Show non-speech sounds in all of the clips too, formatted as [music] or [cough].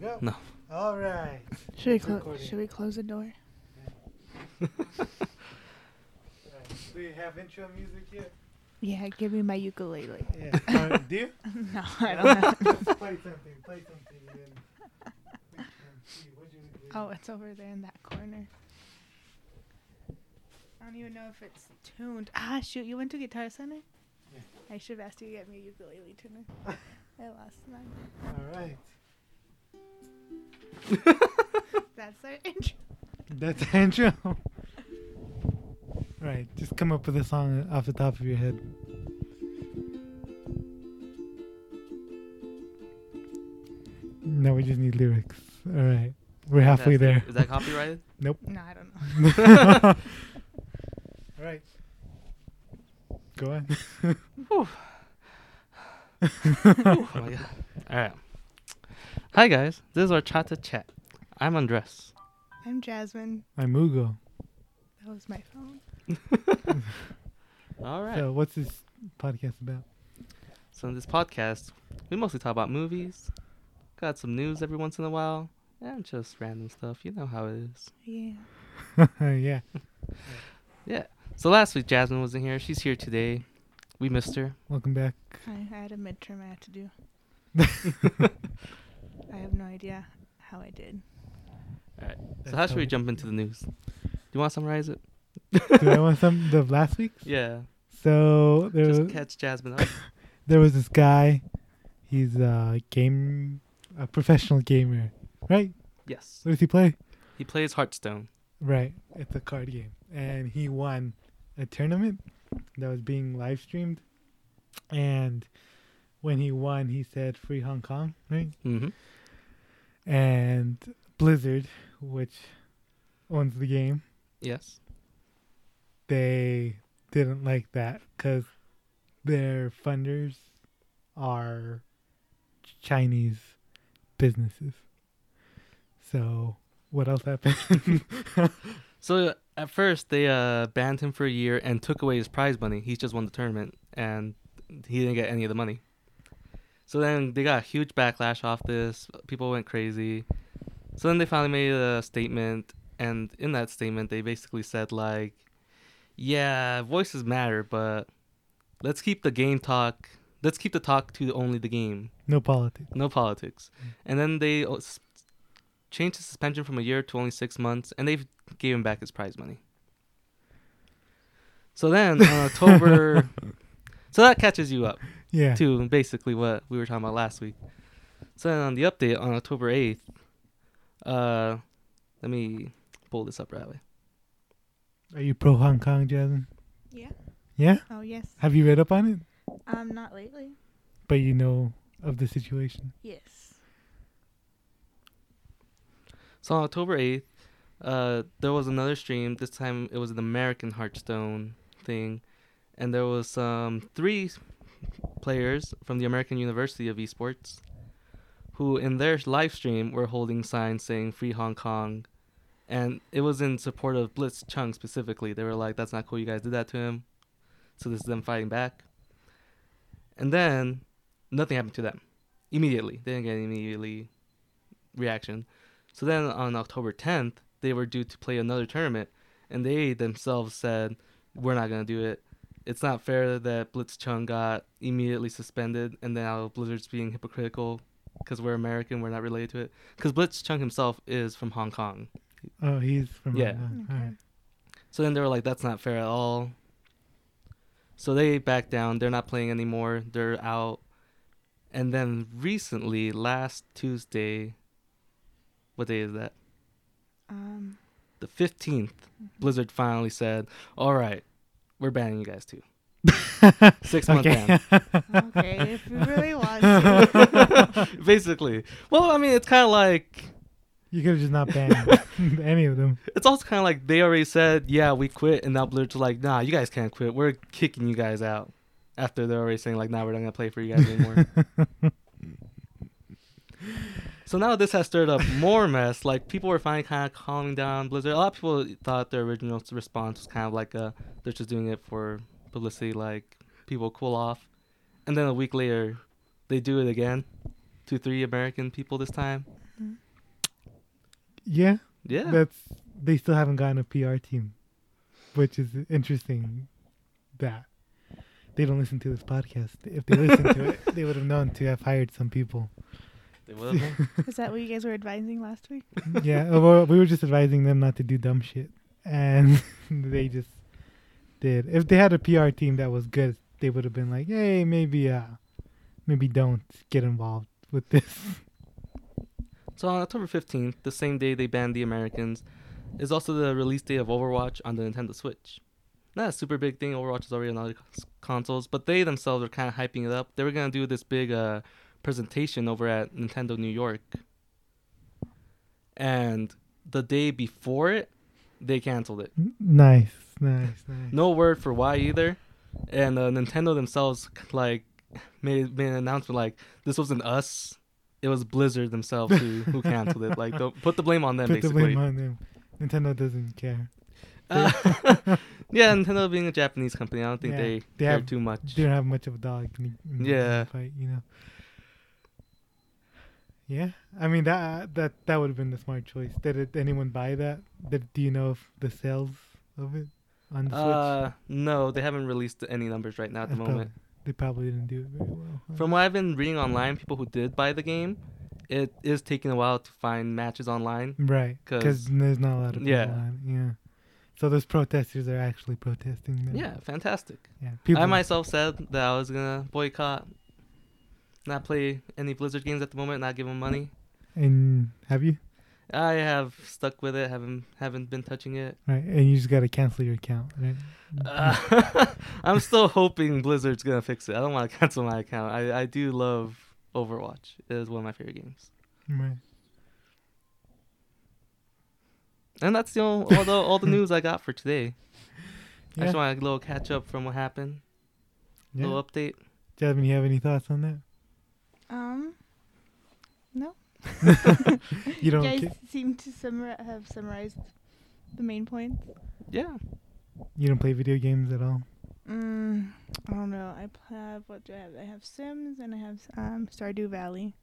go. No. All [laughs] right. Should we, It's clo- recording. should we close the door? Right. Do you have intro music yet? Yeah, give me my [laughs] ukulele. Yeah. Uh, do you? no, I [laughs] don't know. Just [laughs] play something. Play something. And then we can see what you do. oh, it's over there in that corner. I don't even know if it's tuned. Ah, shoot, you went to Guitar Center? Yeah. I should have asked you to get me a ukulele tuner. [laughs] I lost mine. All right. [laughs] That's our intro. That's the intro. [laughs] right. Just come up with a song off the top of your head. No, we just need lyrics. All right. We're halfway there. Is [laughs] that copyrighted? No, I don't know. All right. Go on. oh my god. All right. Hi guys, this is our chat to chat. [laughs] I'm Andres. I'm Jasmine. I'm Ugo. That was my phone. All right. So, So, what's this podcast about? [laughs] in this podcast, we mostly talk about movies, got some news every once in a while, and just random stuff. You know how it is. Yeah. yeah. So last week Jasmine wasn't here. She's here today. We missed her. Welcome back. I had a midterm I had to [laughs] do. I have no idea how I did. So how should we jump into the news? Do you want to summarize it? Do I want some of last week? Yeah. So there, Just wa- catch Jasmine up. there was this guy. He's a game, a professional gamer, right? Yes. What does he play? He plays Hearthstone. Right. It's a card game, and he won a tournament that was being live streamed. And when he won, he said "Free Hong Kong," right? Mm-hmm. and Blizzard, which owns the game, Yes. they didn't like that because their funders are Chinese businesses. So what else happened? [laughs] So uh, at first they uh, banned him for a year and took away his prize money. He just won the tournament and he didn't get any of the money. So then they got a huge backlash off this. People went crazy. So then they finally made a statement, and in that statement they basically said like, "Yeah, voices matter, but let's keep the game talk. Let's keep the talk to only the game." no politics. no politics. And then they uh, s- changed his suspension from a year to only six months, and they gave him back his prize money. So then on October, so that catches you up Yeah. to basically what we were talking about last week. So then on the update on October eighth, uh, let me pull this up right away. Are you pro Hong Kong, Jasmine? Yeah. Yeah. Oh, yes. Have you read up on it? Um, not lately. But you know of the situation. Yes. So on October 8th, uh, there was another stream. This time it was an American Hearthstone thing, and there was um, three players from the American University of Esports, who in their live stream were holding signs saying "Free Hong Kong," and it was in support of Blitz Chung specifically. They were like, "That's not cool. You guys did that to him." So this is them fighting back. And then nothing happened to them immediately. They didn't get any immediately reaction. So then on October 10th, they were due to play another tournament, and they themselves said, We're not going to do it. It's not fair that Blitz Chung got immediately suspended, and now Blizzard's being hypocritical because we're American, we're not related to it. Because Blitz Chung himself is from Hong Kong. Oh, he's from Yeah. Hong Kong. All Okay. right. So then they were like, That's not fair at all. So they backed down. They're not playing anymore. They're out. And then recently, last Tuesday, what day is that? Um, the 15th, Blizzard finally said, "All right, we're banning you guys too." Six month Okay. okay, if you really [laughs] want to. ban, [laughs] basically. Well, I mean, it's kind of like You could have just not [laughs] banned any of them. it's also kind of like they already said, "Yeah, we quit," and now Blizzard's like, "Nah, you guys can't quit. We're kicking you guys out." After they're already saying like, "Nah, we're not gonna play for you guys anymore." so now this has stirred up more mess. Like people were finally kind of calming down Blizzard. A lot of people thought their original s- response was kind of like, uh, "They're just doing it for publicity." Like people cool off, and then a week later, they do it again to three American people this time, Mhm. [laughs] Yeah, Yeah. that's they still haven't gotten a PR team, which is interesting. That they don't listen to this podcast. If they listened to it, they would have known to have hired some people. They will have- Is that what you guys were advising last week? yeah, [laughs] uh, well, we were just advising them not to do dumb shit, and [laughs] they just did. If they had a PR team that was good, they would have been like, "Hey, maybe, uh, maybe don't get involved with this." [laughs] so on October 15th, the same day they banned the Americans, is also the release day of Overwatch on the Nintendo Switch. Not a super big thing. Overwatch is already on other cons- consoles, but they themselves are kind of hyping it up. They were gonna do this big uh, presentation over at Nintendo New York, and the day before it, they canceled it. N- nice, nice, nice. no word for why either. And uh, Nintendo themselves like made, made an announcement like this wasn't us, it was Blizzard themselves who, who canceled it. Like don't put the blame on them Put the basically. blame on them. Nintendo doesn't care. [laughs] Uh, yeah, Nintendo being a Japanese company, I don't think Yeah, they, they care have- too much. They don't have much of a dog. In the, in the Yeah. Fight, you know. Yeah, I mean that that that would have been the smart choice. Did it, anyone buy that? Did, do you know if the sales of it on the Switch? Uh, no, they haven't released any numbers right now at the I probably- moment. they probably didn't do it very well. huh? From what I've been reading online, people who did buy the game, it is taking a while to find matches online. right, 'cause- because there's not a lot of people Yeah. on. Yeah, so those protesters are actually protesting. Now. Yeah, fantastic. yeah. People, I myself said that I was gonna boycott, not play any Blizzard games at the moment, not give them money. and have you I have stuck with it, haven't haven't been touching it. [laughs] right? And you just gotta cancel your account, right? Uh, I'm still hoping Blizzard's gonna fix it. I don't want to [laughs] cancel my account. I I do love Overwatch. It is one of my favorite games, right. and that's the only, all the [laughs] all the news I got for today. I Yeah. just want a little catch up from what happened, yeah. little update. Jasmine, you have any thoughts on that? Um, You you don't. guys ca- seem to summar- have summarized the main points. Yeah, you don't play video games at all. Mm, I don't know. I pl- have what do I have? I have Sims and I have um Stardew Valley,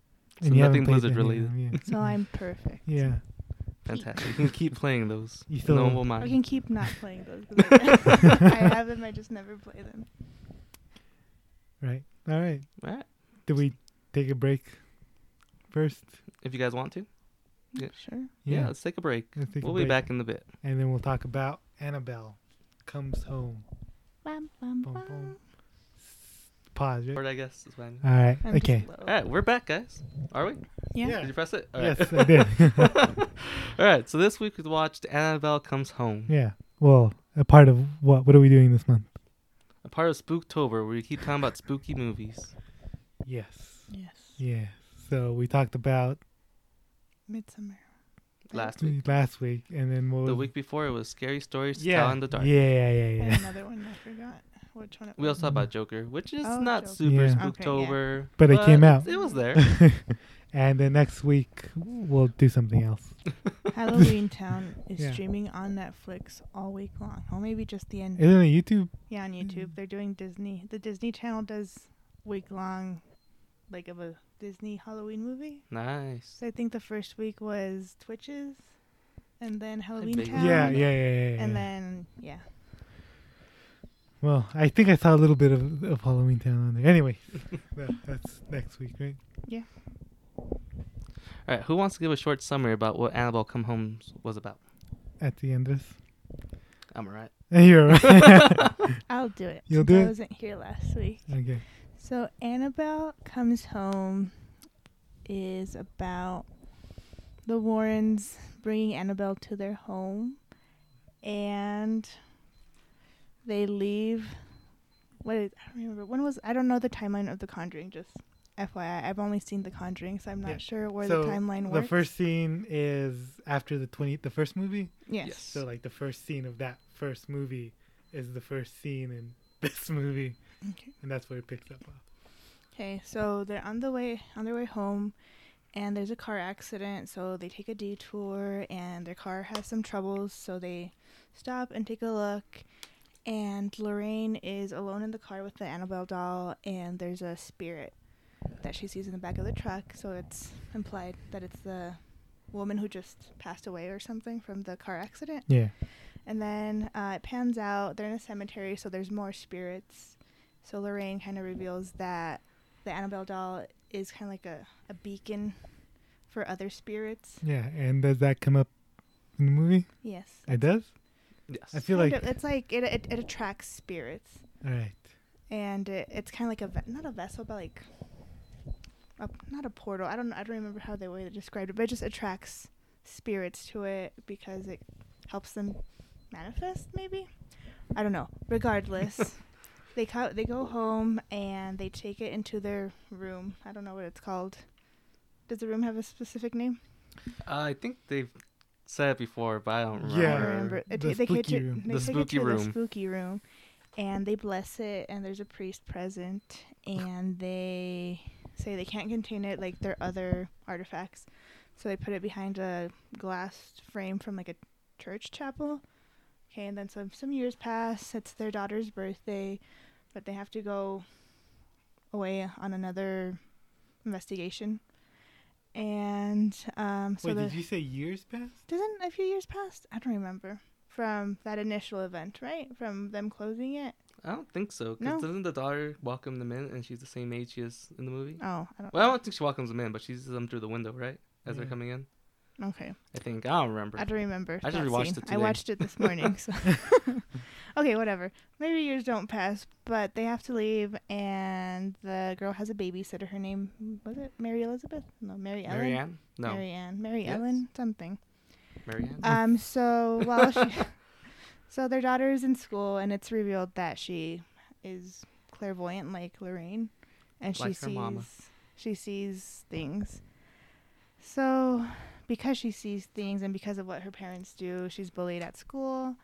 So you nothing haven't played Blizzard any of them, so I'm perfect. Mm-hmm. [laughs] Yeah. yeah. fantastic. You can keep playing those. [laughs] You still- no one will mind. I can keep not playing those. [laughs] 'cause I, I have them. I just never play them. Right. All right. All right, Did we take a break first? if you guys want to, Yeah. Sure. yeah, let's take a break. Let's take a We'll be break. back in a bit. And then we'll talk about Annabelle comes home. Bam, bam, Bum, bam. bum. Pause. Right? Word, I guess. Is what I mean. All right. I'm just okay. low. All right, we're back, guys. Are we? Yeah. Did you press it? All right. Yes, I did. [laughs] [laughs] All right. So this week we watched Annabelle Comes Home, yeah. Well, a part of what? What are we doing this month? a part of Spooktober where we keep talking about spooky movies. Yes. Yes. Yeah. So we talked about Midsummer. Last week, last week, and then what the was- week before, it was scary stories to Yeah. tell in the dark. Yeah. Yeah. And Yeah. another one I forgot. Which one? It We was. also talked about Joker, which is Oh, not Joker. super Yeah. Okay, yeah. Spooktober, But it came out. It [laughs] was there. and then next week we'll do something else. Halloween Town [laughs] is Yeah. streaming on Netflix all week long. Or maybe just the end. Isn't it YouTube? Yeah, on Mm. YouTube. They're doing Disney. The Disney Channel does week long, like of a Disney Halloween movie. nice. So I think the first week was Twitches, and then Halloween believe- Town. Yeah. Yeah. Yeah. Yeah. yeah. And then yeah, Well, I think I saw a little bit of, of Halloween Town on there. Anyway, [laughs] that, that's next week, right? All right. Who wants to give a short summary about what Annabelle Come Home was about? At the end of I'm all right. this. [laughs] You're right. I'll do it. You'll since do I it? wasn't here last week. okay. So Annabelle comes home is about the Warrens bringing Annabelle to their home and they leave what is, I don't remember when was I don't know the timeline of The Conjuring just FYI I've only seen The Conjuring so I'm not Yeah. sure where So, the timeline The works. first scene is after the twenty, the first movie. yes. So like the first scene of that first movie is the first scene in [laughs] this movie, Okay. and that's where it picks up. off. Okay, so they're on the way on their way home, and there's a car accident. So they take a detour, and their car has some troubles. So they stop and take a look, and Lorraine is alone in the car with the Annabelle doll, and there's a spirit that she sees in the back of the truck. So it's implied that it's the woman who just passed away or something from the car accident. Yeah. And then uh, it pans out, they're in a cemetery, so there's more spirits. So Lorraine kind of reveals that the Annabelle doll is kind of like a, a beacon for other spirits. Yeah. And does that come up in the movie? Yes. It does? Yes. I feel Kind like. of- it's like it, it, it attracts spirits. All right. And it, it's kind of like a, ve- not a vessel, but like, a, not a portal. I don't I don't remember how they way they described it, but it just attracts spirits to it because it helps them manifest. Maybe I don't know. Regardless, they co- they go home and they take it into their room. I don't know what it's called. Does the room have a specific name? Uh, I think they've said it before, but I don't remember. Yeah. I don't remember. It, the they take spooky it- room. they The take it spooky to room. The spooky room, and they bless it. And there's a priest present, and they say they can't contain it like their other artifacts, so they put it behind a glass frame from like a church chapel. Okay, and then some some years pass. It's their daughter's birthday, but they have to go away on another investigation. And um, so Wait, the, did you say years passed? doesn't a few years passed? I don't remember from that initial event, right? From them closing it. I don't think so. 'cause No. doesn't the daughter welcome them in, and she's the same age she is in the movie? Oh, I don't. Well, I don't think she welcomes them in, but she sees them through the window, right? As they're Yeah. coming in, Okay, I think. I don't remember. I don't remember. I just that rewatched scene. it I today. watched [laughs] it this morning. So, [laughs] okay, whatever. Maybe years don't pass, but they have to leave, and the girl has a babysitter. Her name was it Mary Elizabeth? No, Mary Ellen. Marianne? No, Mary Ann. Mary Yes. Ellen. Something. Marianne. [laughs] Um. So while she, [laughs] so their daughter is in school, and it's revealed that she is clairvoyant, like Lorraine, and she Like her sees mama. she sees things. So, because she sees things, and because of what her parents do, she's bullied at school,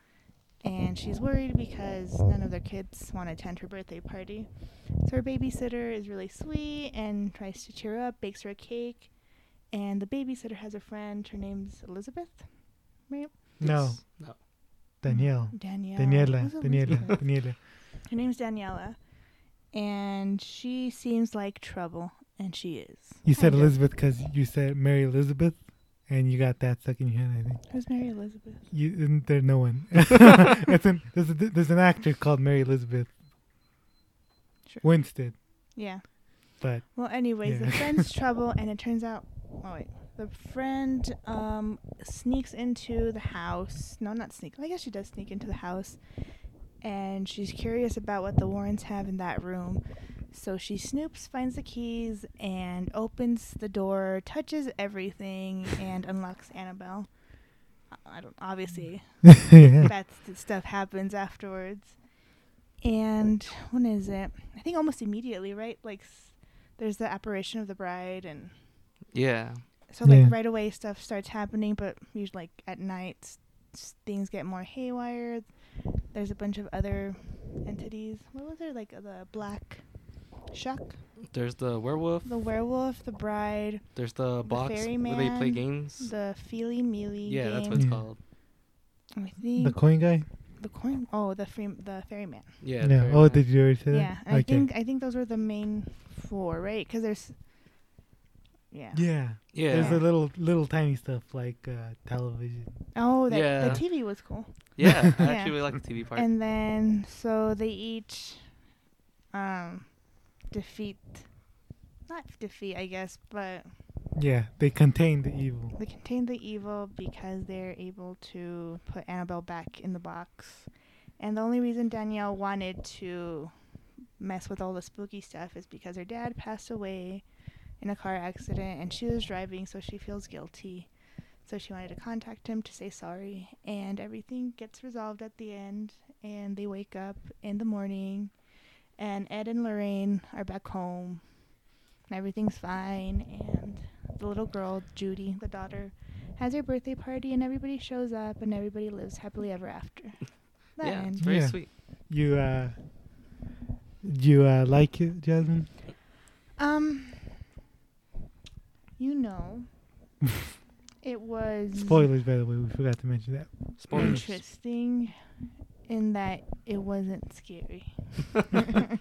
and she's worried because none of their kids want to attend her birthday party. So her babysitter is really sweet and tries to cheer her up, bakes her a cake, and the babysitter has a friend. Her name's Elizabeth. No, Yes. No. Danielle. Danielle. Daniela. Who's Elizabeth? Daniela. Daniela. Her name's Daniela, and she seems like trouble, and she is. You said Kinda. Elizabeth because you said Mary Elizabeth, and you got that stuck in your head, I think. Who's Mary Elizabeth? You, and there's no [laughs] one. [laughs] it's an, there's, a, there's an actor called Mary Elizabeth Sure. Winstead, Yeah. [laughs] but [laughs] Well, anyways, Yeah. the friend's trouble, and it turns out. Oh wait, the friend um sneaks into the house. No, not sneak. I guess she does sneak into the house, and she's curious about what the Warrens have in that room. So she snoops, finds the keys, and opens the door, touches everything, and unlocks Annabelle. I I don't obviously yeah. bad st- stuff happens afterwards. And when is it? I think almost immediately, right? Like s- there's the apparition of the bride, and Yeah. so like Yeah. right away stuff starts happening. But usually like at night, s- s- things get more haywire. There's a bunch of other entities. What was there? Like the black shuck, There's the werewolf. the werewolf, the bride, There's the box where they play ferryman, games. the feely mealy. yeah, game. that's what it's Yeah. called. I The think coin guy? the coin. Oh, the free, the ferryman. Yeah. no. Oh, ferryman. did you already say that? Yeah, and I think I think those were the main four, right? Because there's, yeah. Yeah. Yeah. There's the little little tiny stuff like uh, television. Oh, that Yeah. the TV was cool. yeah. I Yeah. [laughs] actually really like the TV part. And then so they each, um, defeat, not defeat, I guess, but Yeah, they contain the evil. they contain the evil because they're able to put Annabelle back in the box. And the only reason Danielle wanted to mess with all the spooky stuff is because her dad passed away in a car accident and she was driving, so she feels guilty. So she wanted to contact him to say sorry. And everything gets resolved at the end. And they wake up in the morning. And Ed and Lorraine are back home. And everything's fine. And the little girl, Judy, the daughter, has her birthday party and everybody shows up and everybody lives happily ever after. That yeah, it's end. very Yeah. sweet. You uh you uh like it, Jasmine? Um, you know, it was Spoilers by the way, we forgot to mention that. Spoilers. [laughs] interesting in that it wasn't scary. [laughs] it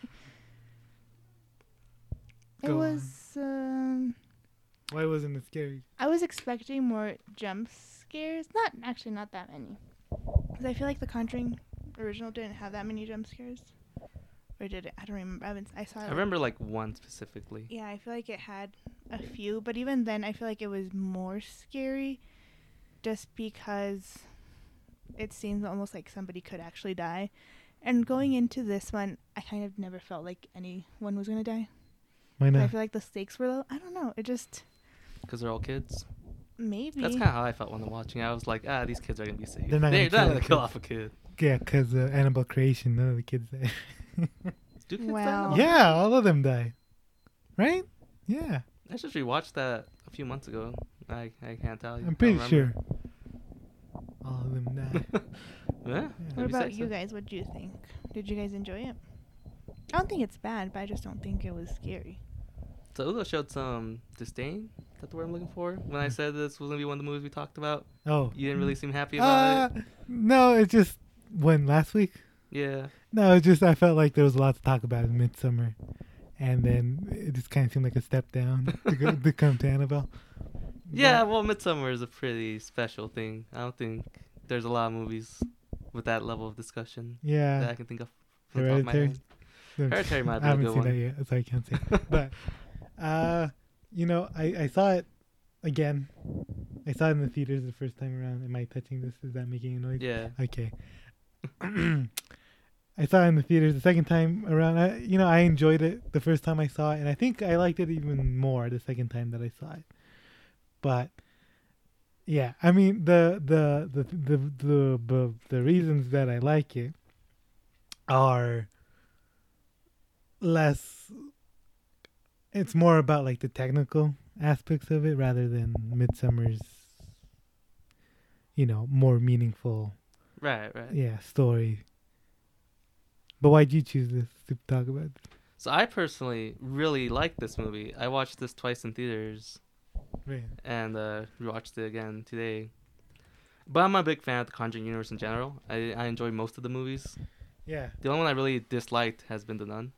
Go was um, Why wasn't it scary? I was expecting more jump scares. Not actually, not that many. 'Cause I feel like The Conjuring original didn't have that many jump scares, or did it? I don't remember. I, haven't, I saw. it I like- remember like one specifically. Yeah, I feel like it had a few, but even then, I feel like it was more scary, just because it seems almost like somebody could actually die. And going into this one, I kind of never felt like anyone was gonna die. Why I not? feel like the stakes were low. I don't know. It just because they're all kids. maybe. That's kind of how I felt when I'm watching. it. I was like, ah, these kids are gonna be safe. They're not They're not gonna gonna, kill kill, the off a kid. Yeah, because uh, Annabelle creation, none of the kids died. Do kids die Wow. [laughs] now? yeah, all of them die. Right? Yeah, I just rewatched that a few months ago. I I can't tell you. I'm I don't pretty remember. sure. All of them die. [laughs] yeah. what maybe about six you then. guys? What do you think? Did you guys enjoy it? I don't think it's bad, but I just don't think it was scary. So Uzo showed some disdain. Is that the word I'm looking for? When Mm. I said this was gonna be one of the movies we talked about, Oh. you didn't really seem happy Uh, about it. no, it's just when last week. Yeah. No, it's just I felt like there was a lot to talk about in Midsummer, and then it just kind of seemed like a step down [laughs] to, go, to come to Annabelle. Yeah. Well, Midsummer is a pretty special thing. I don't think there's a lot of movies with that level of discussion that yeah, I can think of. off the top of my Hereditary? head. Hereditary might be I a haven't good seen one. that yet, so I can't [laughs] say. but uh, you know, I I saw it again. I saw it in the theaters the first time around. Am I touching this? Is that making a noise? Yeah. Okay. [clears throat] I saw it in the theaters the second time around. I, you know, I enjoyed it the first time I saw it, and I think I liked it even more the second time that I saw it. But yeah, I mean the the the the the the, the reasons that I like it are less. It's more about like the technical aspects of it rather than Midsummer's. You know, more meaningful Right. Right. yeah, story. But why'd you choose this to talk about? So I personally really liked this movie. I watched this twice in theaters Right. and uh, rewatched it again today. But I'm a big fan of the Conjuring universe in general. I, I enjoy most of the movies. Yeah. The only one I really disliked has been The Nun.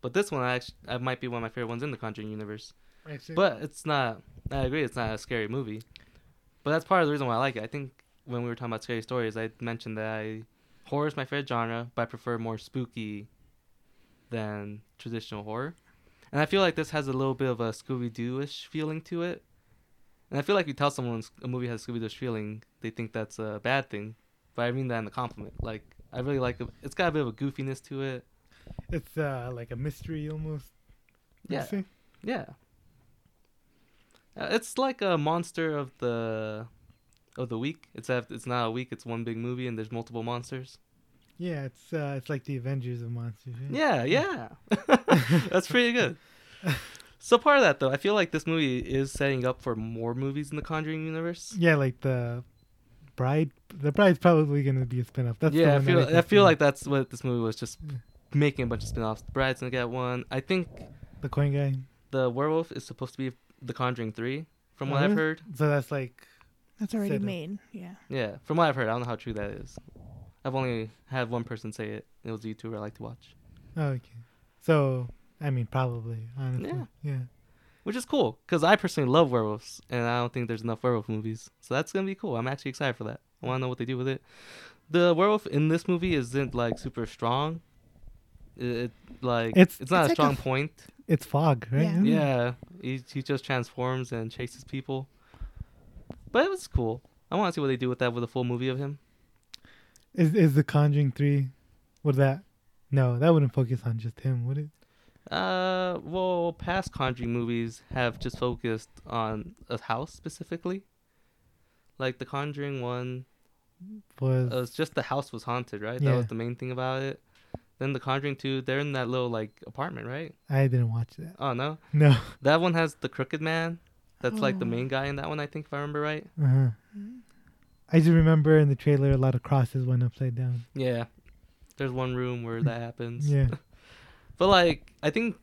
But this one, I actually, I might be one of my favorite ones in the Conjuring universe. But it's not. I agree, it's not a scary movie. But that's part of the reason why I like it. I think when we were talking about scary stories, I mentioned that I horror is my favorite genre, but I prefer more spooky than traditional horror. And I feel like this has a little bit of a Scooby Doo ish feeling to it. And I feel like you tell someone a movie has Scooby Doo feeling, they think that's a bad thing. But I mean that in the compliment. Like I really like it. It's got a bit of a goofiness to it. it's uh, like a mystery almost. Yeah. Yeah. Uh, It's like a monster of the of the week. It's a, it's not a week. It's one big movie, and there's multiple monsters. Yeah, it's uh, it's like the Avengers of monsters. Yeah, yeah. [laughs] That's pretty good. So part of that though, I feel like this movie is setting up for more movies in the Conjuring universe. Yeah, like the bride. The bride's probably gonna be a spin-off. That's Mm. the yeah, I one that feel I can see. feel like that's what this movie was just Yeah. making a bunch of spin-offs. Bride's gonna get one. I think the coin guy. the werewolf is supposed to be the Conjuring three, from what Oh, I've really? heard. So that's like That's already Said it. made. Yeah. Yeah, from what I've heard, I don't know how true that is. I've only had one person say it. It was a YouTuber I like to watch, oh, okay. So I mean, probably honestly. Yeah. Yeah. which is cool because I personally love werewolves, and I don't think there's enough werewolf movies. So that's gonna be cool. I'm actually excited for that. I want to know what they do with it. The werewolf in this movie isn't like super strong. It, it like It's- it's, not It's like a a strong f- point. It's fog, right? Yeah. Isn't it? Yeah, he he just transforms and chases people. But it was cool. I want to see what they do with that with a full movie of him. Is is the Conjuring three? What that? No, that wouldn't focus on just him, would it? Uh, well, past Conjuring movies have just focused on a house specifically. Like the Conjuring one, Was it was just the house was haunted, right? That Yeah. was the main thing about it. Then the Conjuring two, they're in that little like apartment, right? I didn't watch that. [laughs] Oh no, No. that one has the crooked man. That's like the Oh. main guy in that one, I think, if I remember right. Uh-huh. Mm. I just remember in the trailer a lot of crosses went upside down. Yeah, there's one room where that happens. Yeah. But like, I think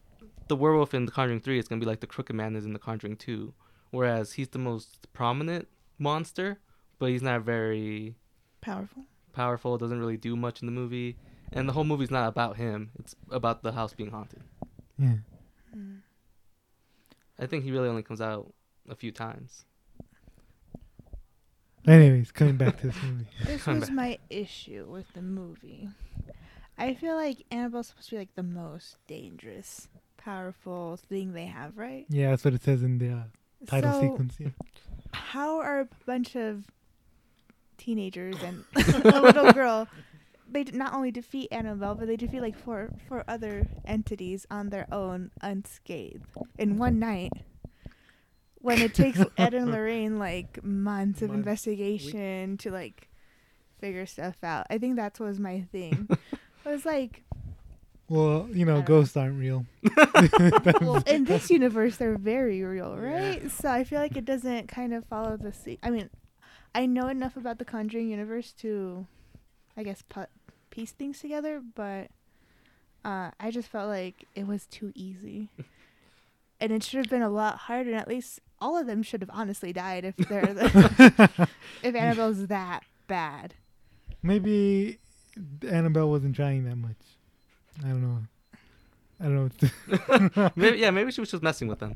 the werewolf in The Conjuring Three is gonna be like the Crooked Man is in The Conjuring Two, whereas he's the most prominent monster, but he's not very Powerful. powerful. Doesn't really do much in the movie, and the whole movie's not about him. It's about the house being haunted. Yeah. Mm. I think he really only comes out a few times. Anyways, coming back to this movie. [laughs] This Come was back. my issue with the movie. I feel like Annabelle's supposed to be like the most dangerous, powerful thing they have, right? Yeah, that's what it says in the uh, title so sequence. Yeah. how are a bunch of teenagers and [laughs] a little girl they d- not only defeat Annabelle, but they defeat like four four other entities on their own unscathed in one night. When it takes Ed and Lorraine like months of Months, investigation to like figure stuff out. I think that was my thing. I was like, Well, you I know, don't- ghosts aren't real. well, in this universe, they're very real, right? So I feel like it doesn't kind of follow the. Se- I mean, I know enough about the Conjuring universe to, I guess, pu- piece things together, but uh, I just felt like it was too easy, and it should have been a lot harder. And at least all of them should have honestly died if they're the, if Annabelle's that bad. Maybe Annabelle wasn't trying that much. I don't know. I don't know. What to- [laughs] Maybe, yeah, maybe she was just messing with them.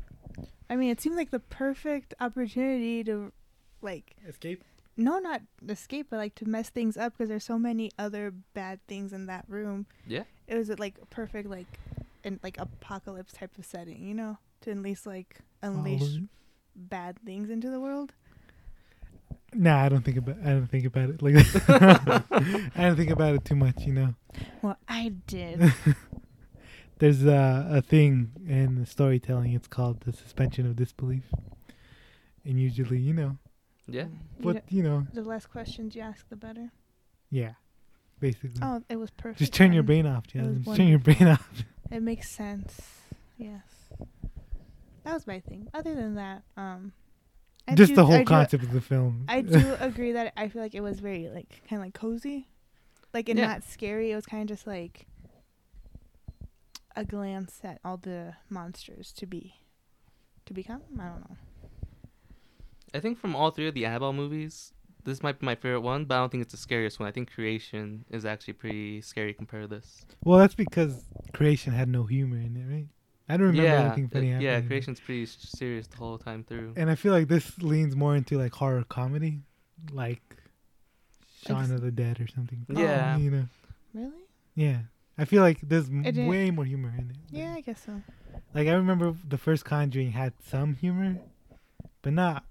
I mean, it seemed like the perfect opportunity to, like, Escape. no, not escape, but like to mess things up because there's so many other bad things in that room. Yeah. It was like a perfect, like, in like apocalypse type of setting, you know, to at least like unleash bad things into the world. Nah, I don't think about. I don't think about it like that. [laughs] I don't think about it too much. You know, Well, I [laughs] did. there's a, a thing in storytelling. It's called the suspension of disbelief. And usually, you know, Yeah. what you know, the less questions you ask, the better. yeah, basically. Oh, it was perfect. Mm. Just turn your then. brain off, It was Jasmine. Just turn your brain off. It makes sense. Yes. That was my thing. Other than that, um, I Just do- the whole I do- concept of the film. I do [laughs] agree that I feel like it was very like kind of like cozy, like and Yeah. not scary. It was kind of just like a glance at all the monsters to be, to become. I don't know. I think from all three of the Annabelle movies, this might be my favorite one, but I don't think it's the scariest one. I think Creation is actually pretty scary compared to this. Well, that's because creation had no humor in it, right? I don't remember yeah, anything uh, funny happening. yeah, in it. Creation's pretty s- serious the whole time through. And I feel like this leans more into like horror comedy, like Shaun Like- of the Dead or something. Yeah. you know, Really? yeah. I feel like there's m- It didn't- way more humor in it. Yeah, I guess so. Like I remember the first Conjuring had some humor, but not.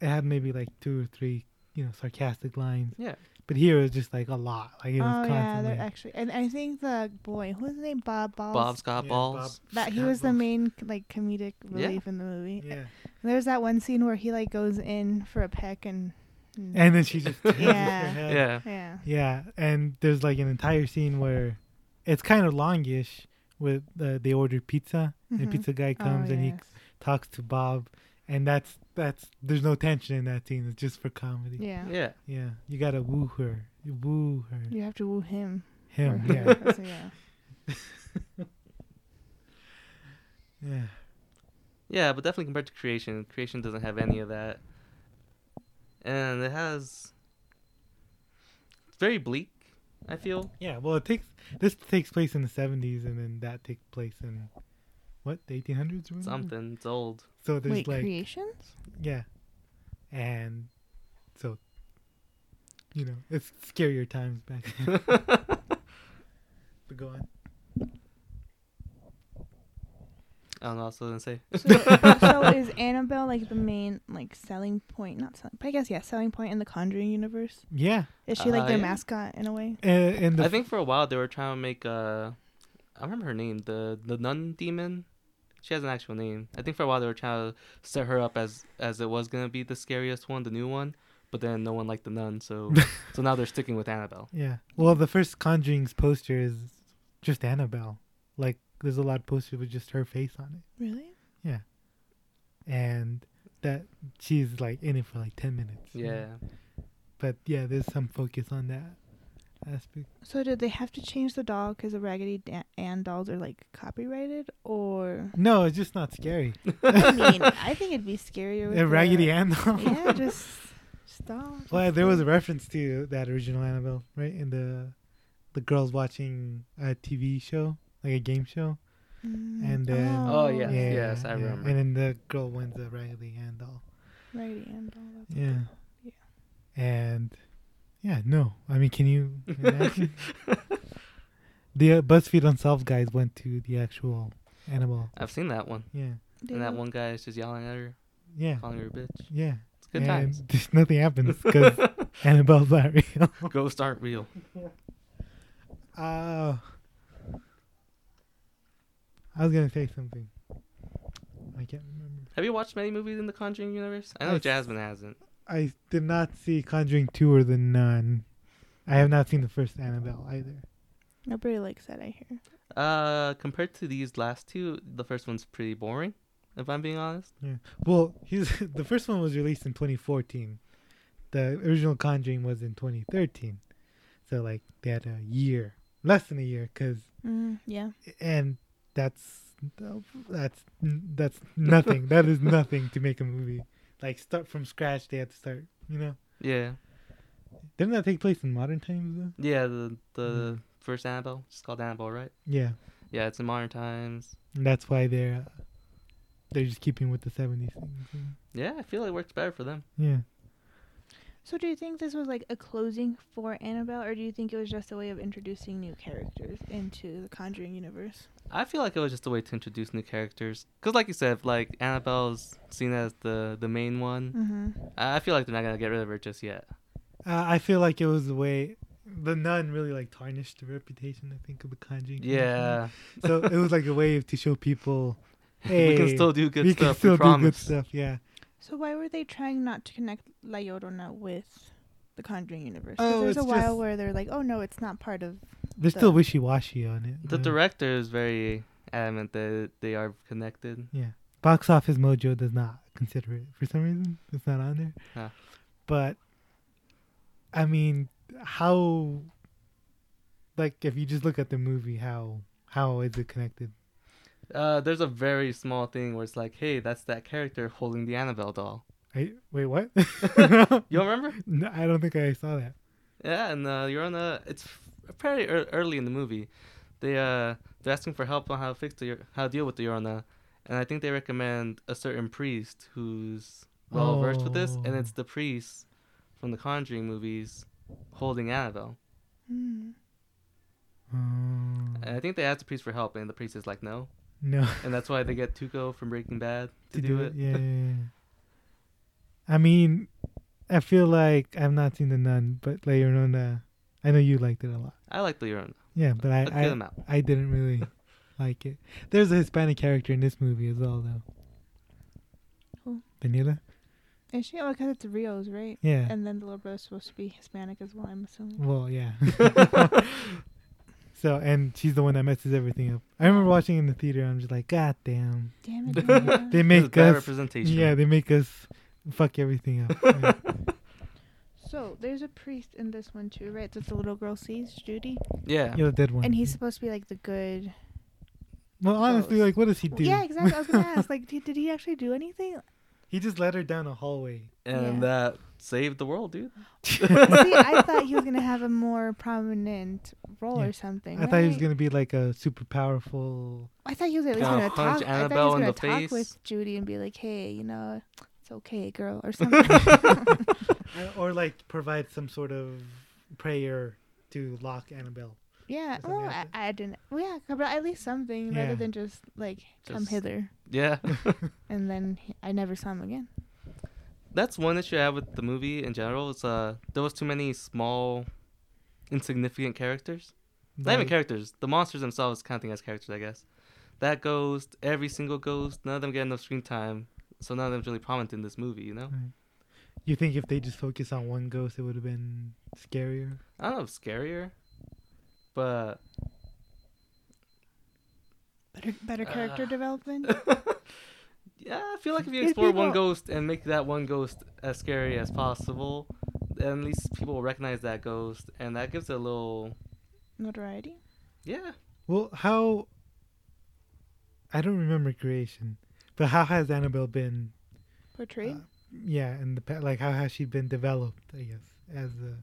It had maybe like two or three, you know, sarcastic lines. Yeah. But here it was just like a lot. Like it was oh yeah, constantly. they're actually. And I think the boy, who's his name, Bob Balls. Bob Scott Yeah, Balls. That he was the Balls. main like comedic Yeah. relief in the movie. Yeah. There's that one scene where he like goes in for a peck and. And then she [laughs] just turns Yeah. her head. Yeah. yeah. Yeah, and there's like an entire scene where it's kind of longish. With uh, they order pizza, and Mhm. the pizza guy Oh, comes and he yes. talks to Bob, and that's that's there's no tension in that scene. It's just for comedy. Yeah, Yeah. Yeah. you gotta woo her, you woo her, You have to woo him. him. Or [laughs] Yeah, her, so yeah. yeah. Yeah, but definitely compared to Creation, Creation doesn't have any of that. And it has. It's very bleak, I feel. Yeah, well, it takes this takes place in the '70s, and then that takes place in what the 1800s or whatever? Something. It's old. So there's Wait, like creations? [laughs] yeah, and so you know it's scarier times back. then. [laughs] but go on. I don't know what else I was going to say. So, so is Annabelle like the main like selling point? Not selling, but I guess yeah, selling point in the Conjuring universe. Yeah, Is she like Uh, their yeah. mascot in a way? uh, and the I think for a while they were trying to make uh I remember her name, the the nun demon. She has an actual name. I think for a while they were trying to set her up as as it was gonna be the scariest one, the new one, but then no one liked the [laughs] nun, so so now they're sticking with Annabelle. yeah, well, the first Conjuring's poster is just Annabelle. Like, there's a lot of posters with just her face on Really? it, and that she's like in it for like ten minutes. Yeah. Hmm. but yeah, there's some focus on that aspect. So did they have to change the doll because the Raggedy da- Ann dolls are like copyrighted, [laughs] or No, it's just not scary. I mean, I think it'd be scarier. With A Raggedy the- Ann. doll. Yeah, just stop. [laughs] Well, there was a reference to that original Annabelle, right? In the the girls watching a TV show, like a game show, Mm, And then- Oh, yes, yes, I remember. And then the girl wins the Riley Handel. Right and all that. Yeah. Yeah. And yeah, no. I mean, can you [laughs] imagine? the uh, BuzzFeed Unsolved guys went to the actual animal. I've seen that one. Yeah. And that one guy is just yelling at her, Yeah. calling her a bitch. Yeah. It's good and times. just [laughs] nothing happens [laughs] because Annabelle's not real. Ghosts aren't real. Uh, I was going to say something. I can't remember. Have you watched many movies in the Conjuring universe? I know I've- Jasmine hasn't. I did not see Conjuring 2 or The Nun. I have not seen the first Annabelle either. Nobody likes that, I hear. Uh, compared to these last two, the first one's pretty boring. If I'm being honest. Well, he's [laughs] the first one was released in 2014. The original Conjuring was in 2013, so like they had a year, less than a year, because Mm, yeah. and that's that's that's nothing. that is nothing to make a movie. Like start from scratch, they had to start. You know, Yeah. didn't that take place in modern times though? Yeah. The Mm-hmm. the first Annabelle, it's called Annabelle, right? Yeah, Yeah, it's in modern times. and that's why they're uh, they're just keeping with the 70s things. you know? Yeah, I feel it works better for them. Yeah. So, do you think this was like a closing for Annabelle, or do you think it was just a way of introducing new characters into the Conjuring universe? I feel like it was just a way to introduce new characters. Cause like you said, like Annabelle's seen as the the main one. Mm-hmm. I I feel like they're not gonna get rid of her just yet. Uh, I feel like it was the way the nun really like tarnished the reputation. I think of the Conjuring. community. Yeah. so it was like a way to show people, [laughs] [laughs] we can Hey, still do good we stuff. can still we do promise. good stuff. Yeah. So, why were they trying not to connect La Llorona with the Conjuring universe? Oh, Because there's a it's while just- where they're like, oh no, it's not part of. They're The- still wishy washy on it. The you know? director is very adamant that they are connected. Yeah. Box Office Mojo does not consider it for some reason. It's not on there. Huh. But I mean, how? Like, if you just look at the movie, how how is it connected? Uh, there's a very small thing where it's like, hey, that's that character holding the Annabelle doll. I, wait, [laughs] what? [laughs] You don't remember? no, I don't think I saw that. Yeah, and uh, you're on a. It's f- pretty ear early in the movie. They uh, they're asking for help on how to fix the Yor- how to deal with the Yorona, and I think they recommend a certain priest who's well versed with this, and Oh. it's the priest from the Conjuring movies holding Annabelle. Mm. Um, And I think they asked the priest for help, and the priest is like, no, [laughs] no. and that's why they get Tuco from Breaking Bad to, do, it. Yeah, yeah, yeah. I mean, I feel like I've not seen the nun, but La Llorona. I know you liked it a lot. I like the Yorona. Yeah, but I Let's get I, him out. I didn't [laughs] really like it. There's a Hispanic character in this movie as well, though. Who? Vanilla. Is she? Oh, because it's Rios, right? Yeah. Mm. And then the little brother's supposed to be Hispanic as well, I'm assuming. well, [laughs] yeah. [laughs] so and she's the one that messes everything up. I remember watching in the theater. I'm just like, God damn. Damn [laughs] it. Diana. They This is make bad us. representation. Yeah, they make us fuck everything [laughs] up. Yeah. so there's a priest in this one too, right? That the little girl sees, Judy, yeah. You're the dead one. and he's supposed to be like the good. well, honestly, gross. like, what does he do? Yeah, exactly. I [laughs] was gonna ask, like, did, did he actually do anything? He just led her down a [laughs] hallway. and Yeah. that saved the [laughs] world, dude. [laughs] See, [laughs] I thought he was gonna have a more prominent role Yeah. or something. I thought he was right? gonna be like a super powerful. I thought he was at least Kinda gonna punch talk. I Annabelle thought in he the was gonna talk face. with Judy and be like, "Hey, you know, it's okay, girl," [laughs] or something. or like provide some sort of prayer to lock Annabelle. [laughs] yeah. Something Well, like I, that. I didn't. Well, yeah, but at least something Yeah. rather than just like come Just- hither. Yeah. And then he, I never saw him again. That's one issue I have with the movie in general. It's uh there was too many small insignificant characters. Not even characters. The monsters themselves counting as characters, I guess. That ghost, every single ghost, none of them get enough screen time. So none of them's really prominent in this movie, you know? You think if they just focus on one ghost, it would have been scarier? I don't know if it's scarier. But Better, better character Ah. [laughs] development. yeah, I feel like if you These explore one people- ghost and make that one ghost as scary as possible, then at least people will recognize that ghost and that gives it a little Notoriety. yeah. Well, how? I don't remember creation, but how has Annabelle been? Portrayed. Uh, Yeah, and the pa- like, how has she been developed? I guess as a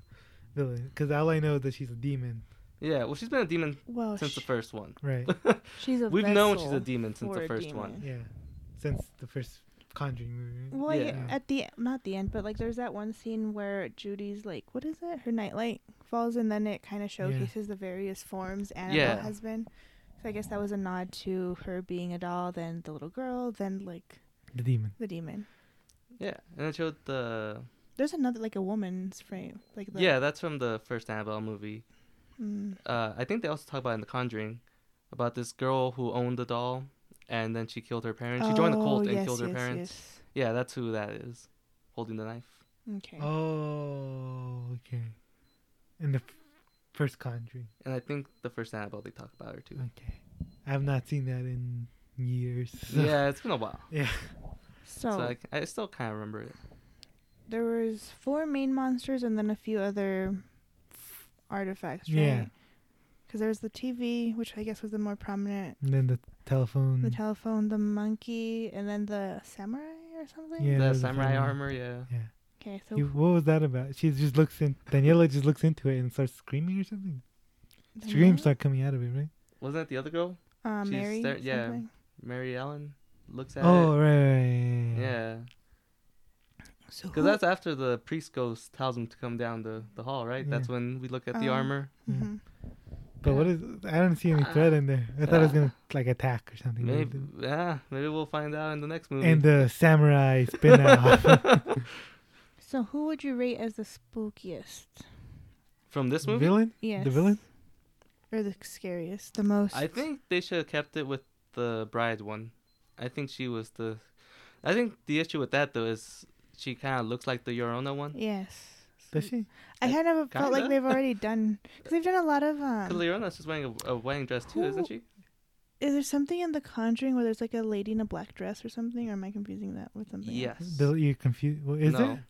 villain, because all I know is that she's a demon. Yeah, well, she's been a demon Well, since the sh- first one. Right. she's a We've known she's a vessel demon since for the a first demon. one. Yeah. Since the first Conjuring movie. Well, yeah. Yeah. at the not the end, but like there's that one scene where Judy's like, what is it? Her nightlight falls, and then it kind of showcases the various forms Annabelle Yeah. has been. So I guess that was a nod to her being a doll, then the little girl, then like The demon. the demon. Yeah, and it showed the There's another like a woman's frame, like the, yeah, that's from the first Annabelle movie. Mm, Uh, I think they also talk about in The Conjuring about this girl who owned the doll, and then she killed her parents. She joined the Oh, cult and yes, killed her yes, parents. Yeah, that's who that is, holding the knife. yes. Okay. Oh, okay. In the f- first Conjuring. And I think the first Annabelle they talk about her too. Okay. I have not seen that in years. so- [laughs] yeah, it's been a while, Yeah. So, so I, I still kind of remember it. there was four main monsters and then a few other artifacts, right? Yeah. Because there was the TV, which I guess was the more prominent, And then the telephone. the telephone, the monkey, and then the samurai or something. Yeah, the there's a samurai samurai. armor, yeah. yeah. Okay, so You- what was that about? She just looks in. Daniela just looks into it and starts screaming or something. the Screams name? start coming out of it, right? Wasn't that the other girl, Uh, she's Mary. there- yeah. something. Mary Ellen? Looks at Oh, right, it. right, right, right, right. Yeah, So because that's after the priest goes tells him to come down the, the hall, right? That's when we look at the Ah. Um, armor. hmm But what is? I don't see any threat in there. I thought it was gonna like attack or something. but it Maybe, didn't. yeah, maybe we'll find out in the next movie. And the samurai spin off So who would you rate as the spookiest? From [laughs] this movie, villain. Yes. villain? Or the scariest, the most. I think they should have kept it with the bride one. I think she was the. I think the issue with that though is she kind of looks like the Yorona one. Yes. Does she? I kind of felt like Kinda. they've already done because they've done a lot of um. Because Yorona's just wearing a, a wedding dress too, isn't she? Is there something in The Conjuring where there's like a lady in a black dress or something? Or am I confusing that with something? else? Yes. Bill, you're confused. Well, is No. there?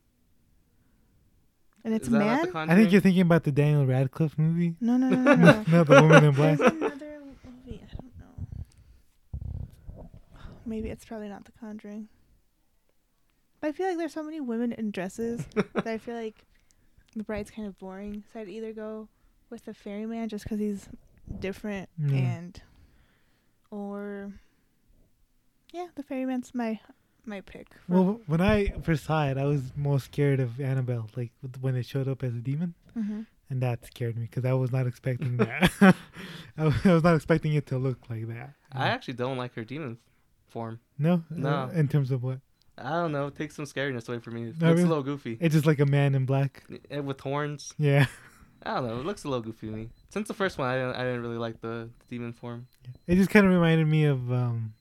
And it's Is a that not man? The I think Conjuring? you're thinking about the Daniel Radcliffe [laughs] movie. [laughs] No, no, no, no, no. [laughs] Not the woman in black. there's another movie. I don't know. Maybe it's probably not The Conjuring. But I feel like there's so many women [laughs] in dresses that I feel like the bride's kind of boring. So I'd either go with the ferryman just because he's different Yeah. and. Or. Yeah, the ferryman's my my pick. for- Well, when I first saw it, I was most scared of Annabelle, like with- when it showed up as a demon, Mhm. and that scared me because I was not [laughs] expecting that. [laughs] I wa- I was not expecting it to look like that. I actually don't like her demon form. no, Uh, No. in terms of what? I don't know. It takes some scariness away from me. It Oh, looks really? a little goofy. It's just like a man in black. And with horns. Yeah, I don't know. It looks a little goofy to me. Since the first one, I didn't, I didn't really like the, the demon form. it just kind of reminded me of um,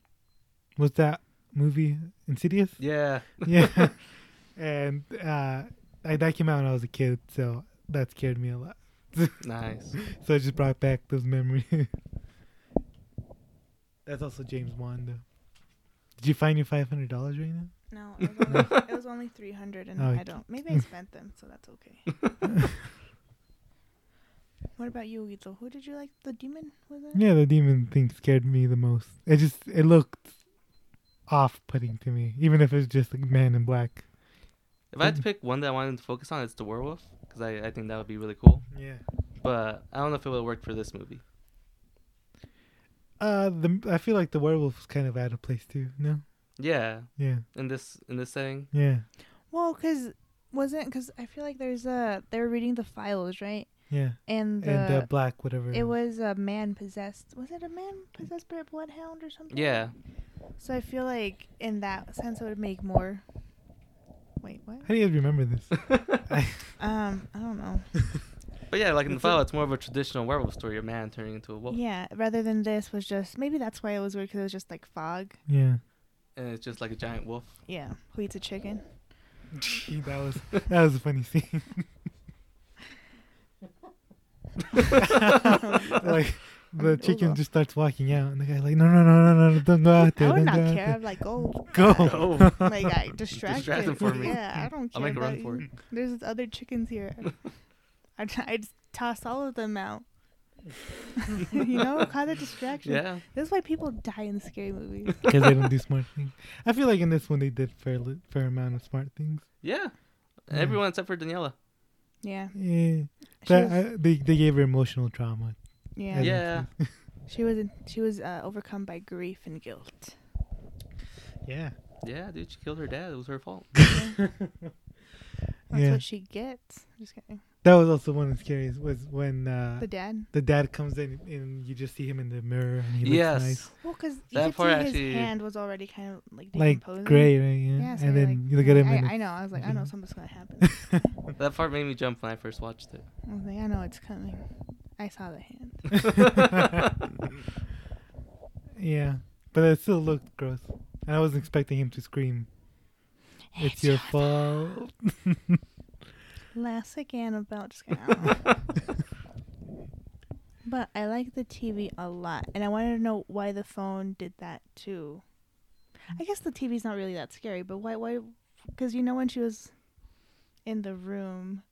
what's that movie? Insidious. Yeah. [laughs] yeah. And uh, I, that came out when I was a kid, so that scared me a lot. [laughs] [laughs] Nice. So it just brought back those memories. [laughs] That's also James Wan, though. Did you find your five hundred dollars right now? No, it was only, it was only 300 and [laughs] Oh, I don't. Maybe I spent them, so that's okay. [laughs] what about you, Weasel? Who did you like? The demon was it? Yeah, the demon thing scared me the most. It just it looked off-putting to me, even if it's just a man in black. If I had to pick one that I wanted to focus on, it's the werewolf. Because I, I think that would be really cool. Yeah. But I don't know if it would work for this movie. Uh, the I feel like the werewolf was kind of out of place too. No. Yeah. Yeah. In this in this setting. Yeah. Well, because wasn't because I feel like there's a they were reading the files right, Yeah. and the, and uh, black, whatever. it was a man possessed. Was it a man possessed by a bloodhound or something? [laughs] Yeah. [laughs] So I feel like in that sense it would make more. Wait, what? How do you guys remember this? I, Um, I don't know. [laughs] But yeah, like in the file, it's more of a traditional werewolf story. A man turning into a wolf. Yeah, rather than this was just maybe that's why it was weird because it was just like fog. yeah. And it's just like a giant wolf. [laughs] Yeah, who eats a chicken? [laughs] that was that was a funny scene. [laughs] like the chicken just starts walking out, and the guy's like, "No, no, no, no, no, don't go out I there, would don't not go out care. there, I'm like, oh, go." Oh. [laughs] [laughs] like I distracted. Distract him for me. Yeah, I don't I'll care. make a about run for you. it. There's other [laughs] chickens here. I'd, I'd toss all of them out. [laughs] you know, cause a distraction. Yeah. This is why people die in scary movies. Because they don't do smart things. I feel like in this one they did fair li- fair amount of smart things. Yeah. Yeah. Everyone except for Daniela. Yeah. Yeah, She but was- I, they they gave her emotional trauma Yeah. As in- Yeah. She was she was uh, overcome by grief and [laughs] guilt. Yeah. Yeah, dude, she killed her dad. It was her fault. That's Yeah. what she gets. Just kidding. That was also one of the scariest was when uh, The dad. the dad comes in and you just see him in the mirror and he looks yes. nice. Well, because you That could part see actually- his hand was already kind of like Like decomposing. gray, right? Yeah. Yeah, so and you're then like, you look at him I, and I know. I was like, I know yeah. [laughs] something's gonna happen. I That part made me jump when I first watched [laughs] it. was like, I know it's coming. I saw the hand. yeah. But it still looked gross. And I wasn't expecting him to scream. It's, your fault. Classic Annabelle. Just kidding. [laughs] but I like the TV a lot, and I wanted to know why the phone did that too. I guess the TV's not really that scary, but why? Why? Because you know when she was in the room,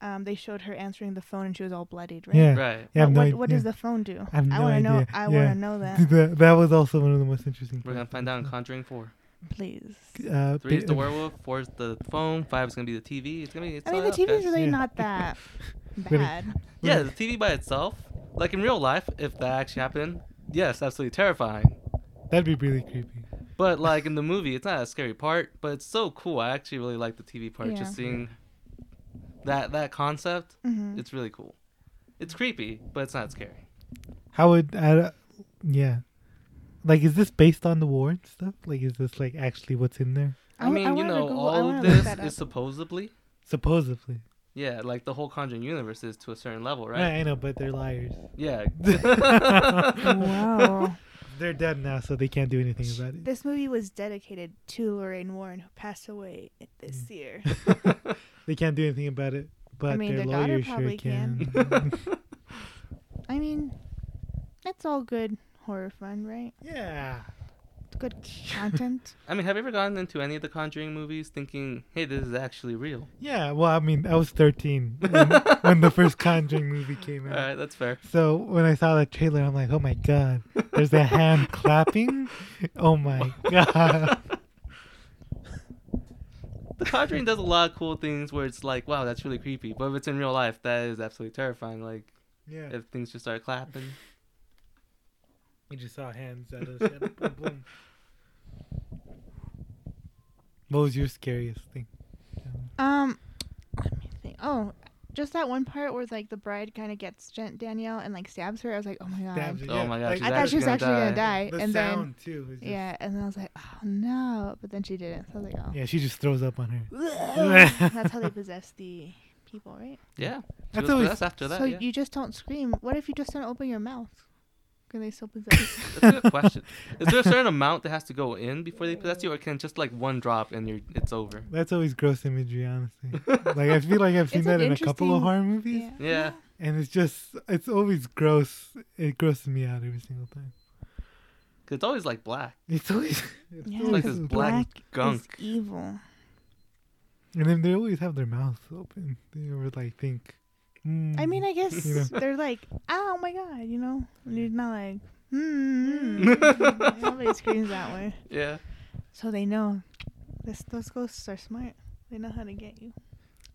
um, they showed her answering the phone, and she was all bloodied, right? Yeah. right. Yeah, I have what no what, idea. what does the phone do? I have no wanna know. idea. I Yeah. want to [laughs] know that, that, that was also one of the most interesting. We're gonna parts. find out in Conjuring Four. please. Uh, Three is bit the of- werewolf, four is the phone, five is gonna be the TV. It's gonna be. It's I mean, all the up, TV's guys. really Yeah. [laughs] not that Really. bad. Yeah, the TV by itself, like in real life, if that actually happened, yes, absolutely terrifying. [laughs] That'd be really creepy. But like in the movie, it's not a scary part, but it's so cool. I actually really like the TV part. Yeah. Just seeing that that concept, hmm it's really cool. It's creepy, but it's not scary. How would I? don't- yeah. Like, is this based on the Warren stuff? Like, is this like actually what's in there? I, mean, you wanted to know, Google- I all of wanted to look this [laughs] that is up. supposedly, Supposedly. yeah, like the whole Conjuring universe is to a certain level, Right. right? I know, but they're liars. [laughs] Yeah. [laughs] wow. They're dead now, so they can't do anything about it. This movie was dedicated to Lorraine Warren, who passed away this year. They can't do anything about it. But mean, their, their daughter lawyers sure probably can. [laughs] can. [laughs] I mean, it's all good horror fun, right? yeah. [laughs] It's good content. I mean, have you ever gotten into any of the Conjuring movies thinking, "Hey, this is actually real"? Yeah. Well, I mean, I was 13 when, when the first Conjuring movie came All out. right, [laughs] that's fair. So when I saw that trailer, I'm like, oh my god, there's a hand [laughs] clapping. Oh my [laughs] god. The Conjuring does a lot of cool things where it's like, "Wow, that's really creepy," but if it's in real life, that is absolutely terrifying. Like Yeah. if things just start clapping. You just saw hands out of the shadow. boom, boom. What was your scariest thing? um, let me think. Oh, just that one part where like the bride kind of gets Jan- Danielle and like stabs her. I was like, oh my god. Dabs, Oh my God, I She's thought she was gonna actually gonna die. die, and then then, too. is just- yeah, and then I was like, oh no, but then she didn't. So I was like, oh. Yeah, she just throws up on her. Ugh. That's how they possess the people, right? Yeah. She That's was always- possessed after that. so yeah. you just don't scream. What if you just don't open your mouth? Can they still [laughs] possess? That's a good question. Is there a certain amount that has to go in before they possess you, or can just like one drop and you're it's over? That's always gross imagery, honestly. [laughs] like I feel like I've seen It's that an in a couple of interesting- horror movies, yeah. Yeah. and it's just it's always gross. It grosses me out every single time. 'Cause it's always like black. It's always [laughs] it's Yeah, It's like this always black, It's gunk. evil. And then they always have their mouths open. They never like think. "Hmm." I mean, I guess You know. they're like, oh my god, you know, and you're not like, hmm. hmm." [laughs] Nobody screams that way, Yeah. so they know. This, those ghosts are smart. They know how to get you.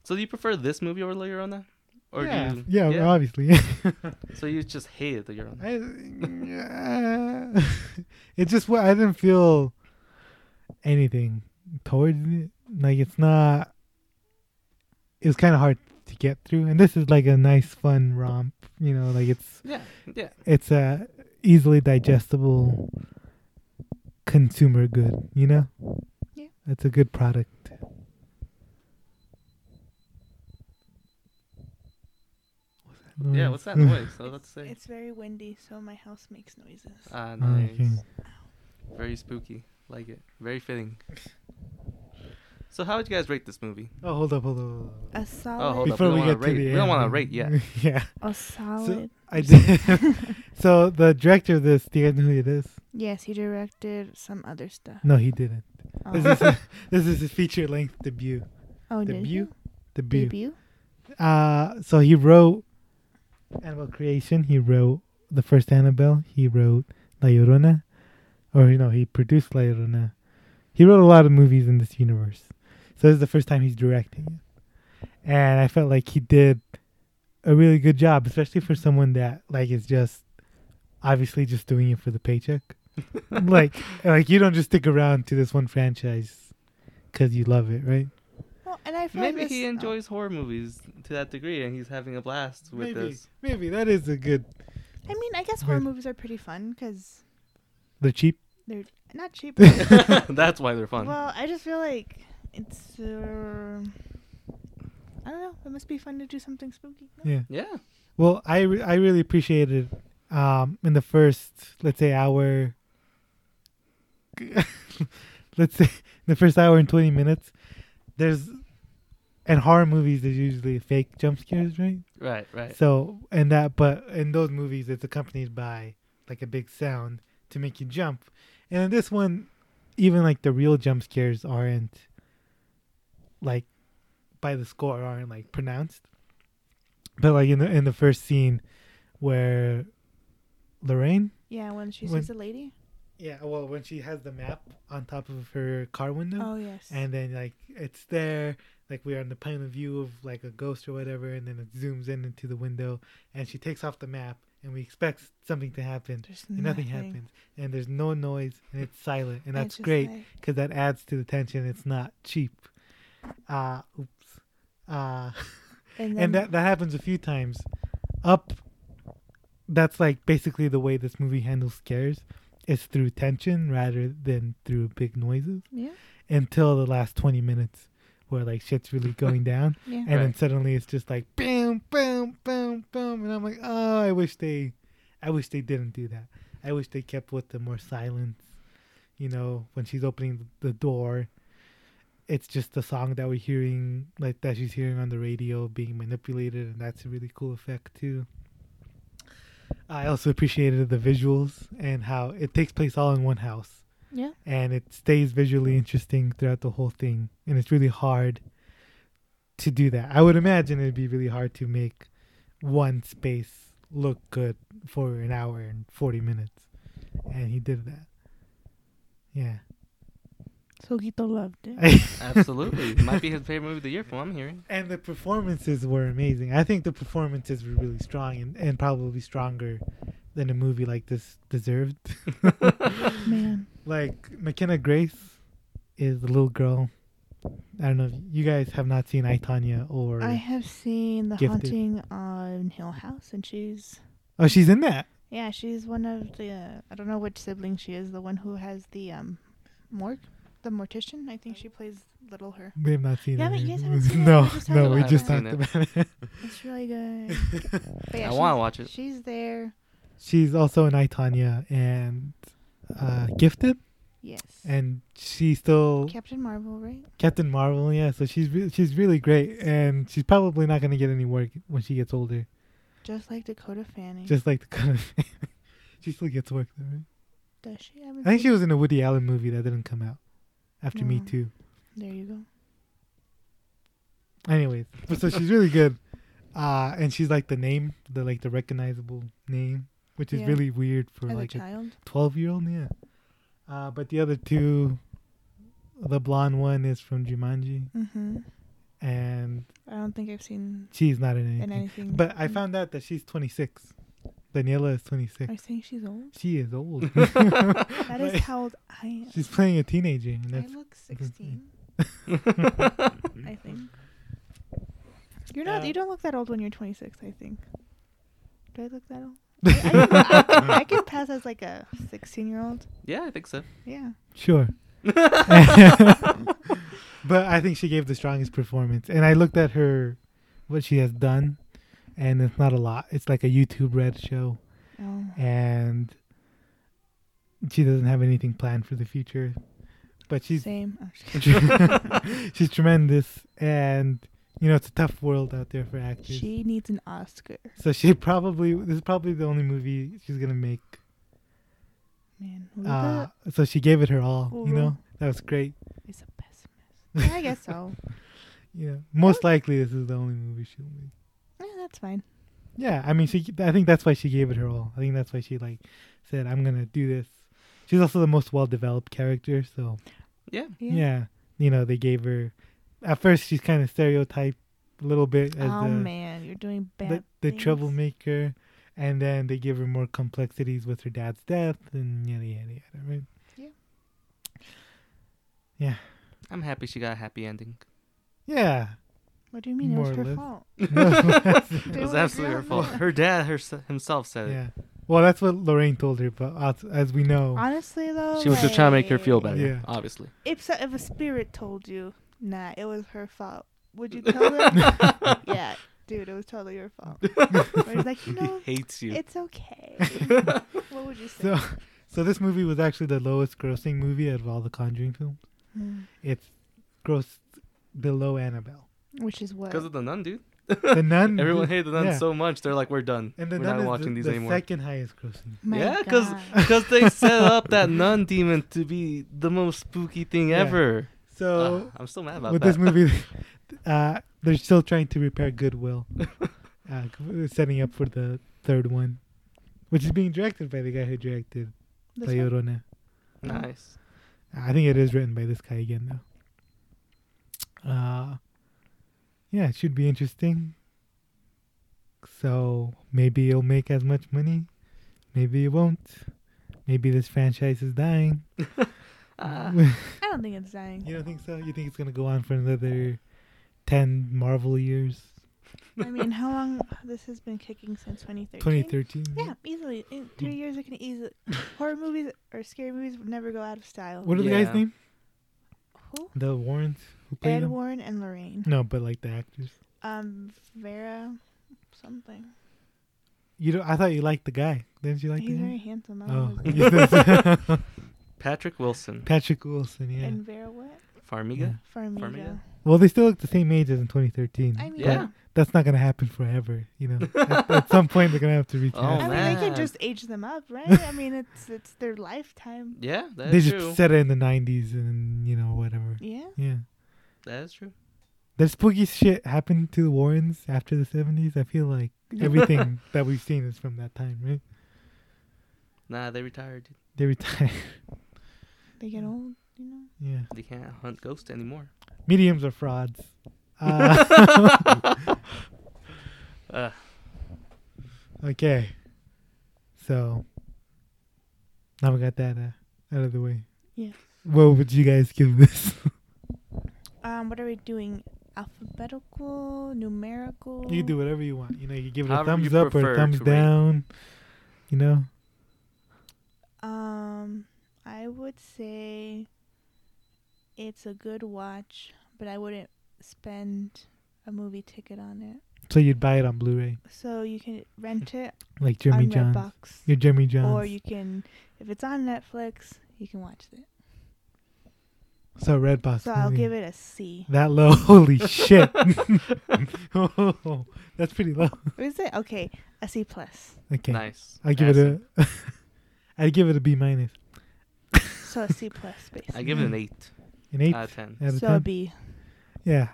So do you prefer this movie over La Llorona? Or yeah, do you, yeah, obviously. [laughs] So you just hated La Llorona. I, [laughs] it just wa- I didn't feel anything towards it. Like it's not. It was kind of hard to get through, and this is like a nice, fun romp. You know, like it's Yeah. Yeah. it's a easily digestible consumer good. You know. Yeah. It's a good product. Mm. Yeah. What's that noise? I was about to say. It's very windy, so my house makes noises. Ah, Oh, nice. okay. Very spooky. Like it. Very fitting. So how would you guys rate this movie? Oh, hold up, hold up. Hold up. A oh, hold solid, up. we don't wanna rate- we don't wanna end. rate yet. [laughs] yeah, a solid. [laughs] I did. so the director of this, do you guys know who it is? Yes, he directed some other stuff. No, he didn't. Oh, This [laughs] is his, this is his feature length debut. oh did he? debut? Debut. Debut? Uh, so he wrote Annabelle Creation. He wrote the first Annabelle. He wrote La Llorona, or you know, he produced La Llorona. He wrote a lot of movies in this universe. So this is the first time he's directing it, and I felt like he did a really good job, especially for someone that like is just obviously just doing it for the [laughs] paycheck. like like you don't just stick around to this one franchise because you love it, right? Well, and I feel like Maybe this- he oh. enjoys horror movies to that degree, and he's having a blast with maybe this. maybe that is a good. I mean, I guess horror Wait. movies are pretty fun because They're cheap. they're not [laughs] [laughs] cheap. That's why they're fun. Well, I just feel like it's. Uh, I don't know. It must be fun to do something spooky. no? Yeah. yeah. Well, I re- I really appreciated um in the first let's say hour [laughs] let's say [laughs] the first hour and 20 minutes there's and horror movies is usually fake jump scares, right? Right. Right. So, and that but in those movies it's accompanied by like a big sound to make you jump. And in this one even like the real jump scares aren't like by the score aren't like pronounced. But like in the in the first scene where Lorraine Yeah, when she When- sees a lady. yeah, well when she has the map on top of her car window Oh yes. and then like it's there like we're on the point of view of like a ghost or whatever and then it zooms in into the window and she takes off the map and we expect something to happen There's and nothing, happens and there's no noise and it's silent and I that's just great like- because that adds to the tension it's not cheap uh oops uh and then and that that happens a few times up that's like basically the way this movie handles scares it's through tension rather than through big noises Yeah. until the last 20 minutes where like shit's really going down Yeah. and then Right. suddenly it's just like boom boom boom boom and i'm like oh i wish they i wish they didn't do that i wish they kept with the more silence you know when she's opening the door it's just the song that we're hearing like that she's hearing on the radio being manipulated and that's a really cool effect too i also appreciated the visuals and how it takes place all in one house yeah. and it stays visually interesting throughout the whole thing and it's really hard to do that i would imagine it'd be really hard to make one space look good for an hour and 40 minutes and he did that yeah So Guito loved it. Absolutely. Might be his favorite movie of the year from what I'm hearing. [laughs] and the performances were amazing i think the performances were really strong and, and probably stronger than a movie like this deserved Man. like McKenna Grace is the little girl. I don't know. if You guys have not seen I Tanya or I have seen the Gifted. haunting on Hill House, and she's oh, she's in that. yeah, she's one of the uh, I don't know which sibling she is, the one who has the um, morgue, the mortician. I think she plays little her. We have not seen. Yeah, it. but you guys [laughs] haven't seen it. no, We just no, talked we about just it. I talked haven't about it. It's really good. But Oh, yeah, I she's- want to watch it. She's there. [laughs] she's also in I Tanya and uh, Gifted, Yes. and she still Captain Marvel, right? Captain Marvel. Yeah, so she's re- she's really great, and she's probably not gonna get any work when she gets older. Just like Dakota Fanning. Just like the [laughs] kind of. she still gets work though, right? Does she? haven't I think she seen- was in a Woody Allen movie that didn't come out after Me No. Too. There you go. Anyways, but so she's really good, uh, and she's like the name, the like the recognizable name, which is Yeah. really weird for As like a a child. twelve year old. Yeah, uh, but the other two, the blonde one is from Jumanji, hmm and I don't think I've seen she's not in anything. in anything. But I Mm. found out that she's twenty six. Daniela is twenty six. Are you saying she's [laughs] old? She is [laughs] old. That is how old I am. she's playing a teenager, and I that's look 16, I think. You're not. Mm-hmm. Yeah. You don't look that old when you're 26. I think. Do I look [laughs] that old? I, I, can, I, can, I can pass as like a 16 year old. yeah, I think so. Yeah. [laughs] Sure. but I think she gave the strongest performance. And I looked at her, what she has done, and it's not a lot. It's like a YouTube Red show, Oh. and she doesn't have anything planned for the future. But she's Same. [laughs] Oh, I'm just kidding. [laughs] she's tremendous, and you know it's a tough world out there for actors. She needs an Oscar. so she probably this is probably the only movie she's gonna make Man, Luca Uh, so she gave it her all, you Mhm. know. That was great. is a pessimist. I guess [laughs] so. Yeah, most likely this is the only movie she'll make. Yeah, that's fine. Yeah, I mean, she. I think that's why she gave it her all. I think that's why she like said, "I'm gonna do this." She's also the most well developed character, so yeah. yeah. you know, they gave her. At first, she's kind of stereotyped a little bit as oh the, man, you're doing bad. uh, the, the things. troublemaker, and then they give her more complexities with her dad's death and yada yada yada. Right? I'm happy she got a [laughs] happy ending. [laughs] Yeah, What do you mean? It was More or her less. fault. It They was were absolutely her real- fault. Her dad her, himself said it. yeah. Well, that's what Lorraine told her, but as, as we know, Honestly, though, She was just trying to make her feel like, better, Yeah. obviously. If so, if a spirit told you, nah, it was her fault, would you tell them? [laughs] yeah, dude, it was totally your [laughs] fault. Or he's like, you [laughs] know, He hates you. it's okay. what would you say? so so this movie was actually the lowest grossing movie out of all the Conjuring films. Hmm. It's grossed below Annabelle. Which is what? Because of the nun, dude. The Nun. [laughs] Everyone hated the nun yeah. so much, they're like, we're done. and the we're Nun not is watching the, these the anymore. second highest grossing. My Yeah, [laughs] 'cause- God. Because [laughs] they set up that nun demon to be the most spooky thing Yeah. ever. So Ah, I'm still mad about with that. this [laughs] movie, uh, they're still trying to repair goodwill, uh, g- setting up for the third one, which is being directed by the guy who directed This La one? Llorona. nice. I think it is written by this guy again, though. Uh, yeah, it should be interesting. So maybe it'll make as much money, maybe it won't. Maybe this franchise is dying. Mm-hmm. Ah, I don't think it's dying. You don't think so? You think it's gonna go on for another ten Marvel years? I mean, how long this has been kicking since 2013? 2013. Yeah, easily. In three years, it can easily. Horror movies or scary movies would never go out of style. What are the Yeah. guys' name? Who? The Warrens who played Ed them? Warren and Lorraine. No, but like the actors. Um, Vera, something. You don't, I thought you liked the guy. Didn't you like He's the very guy? handsome. I don't Oh, know his name. Patrick Wilson. [laughs] Patrick Wilson. [laughs] Yeah. And Vera what? Farmiga? Farmiga. Farmiga. Well, they still look the same age as in 2013. I mean, Yeah. yeah. That's not gonna happen forever. You know, [laughs] at, at some point they're gonna have to reach Oh, out. I mean, they man. can just age them up, right? I mean, it's it's their lifetime. Yeah, that They is just true. set it in the 90s and you know whatever. Yeah. Yeah. That is true. That spooky shit happened to the Warrens after the 70s. I feel [laughs] like everything that we've seen is from that time, right? Nah, they retired. dude. They retired. [laughs] They get old, you know. yeah. They can't hunt ghosts anymore. Mediums are frauds. Uh, [laughs] Uh, okay. So now we got that uh, out of the way. Yeah. What would you guys give this? Um, what are we doing? Alphabetical, numerical. you can do whatever you want. You know, you can give it a However you thumbs up or prefer a thumbs to rate. down. You know, Um, I would say it's a good watch, but I wouldn't spend a movie ticket on it. so you'd buy it on Blu-ray, So you can [laughs] rent it like Jeremy on Johns. Redbox, You're Jeremy Johns. or you can, if it's on Netflix, you can watch it. so Redbox. So I'll movie. give it a C. that low. [laughs] Holy [laughs] shit! oh, that's pretty low. What is it? Okay, a C plus. [laughs] Okay, [laughs] Nice. I'll give it a. [laughs] I'd give it a B minus, So a C plus, [laughs] basically. I give it an 8 an [clears throat] eight out out of 10. of so a ten. B. yeah,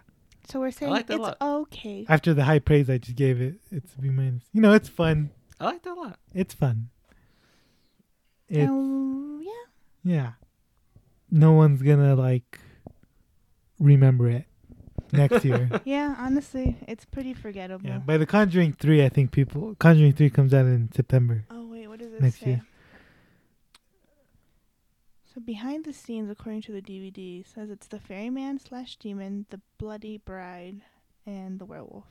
So we're saying like that a it's okay. after the high praise I just gave it, it's a B minus. You know, it's fun. I like that a lot. It's fun. It, Um, yeah. yeah. No one's gonna like remember it next year. Yeah, honestly, it's pretty forgettable. yeah. By the Conjuring Three, I think people Conjuring Three comes out in September. Oh wait, what does it Next say? year. So behind the scenes, according to the DVD, says it's the ferryman slash demon, the bloody bride, and the werewolf.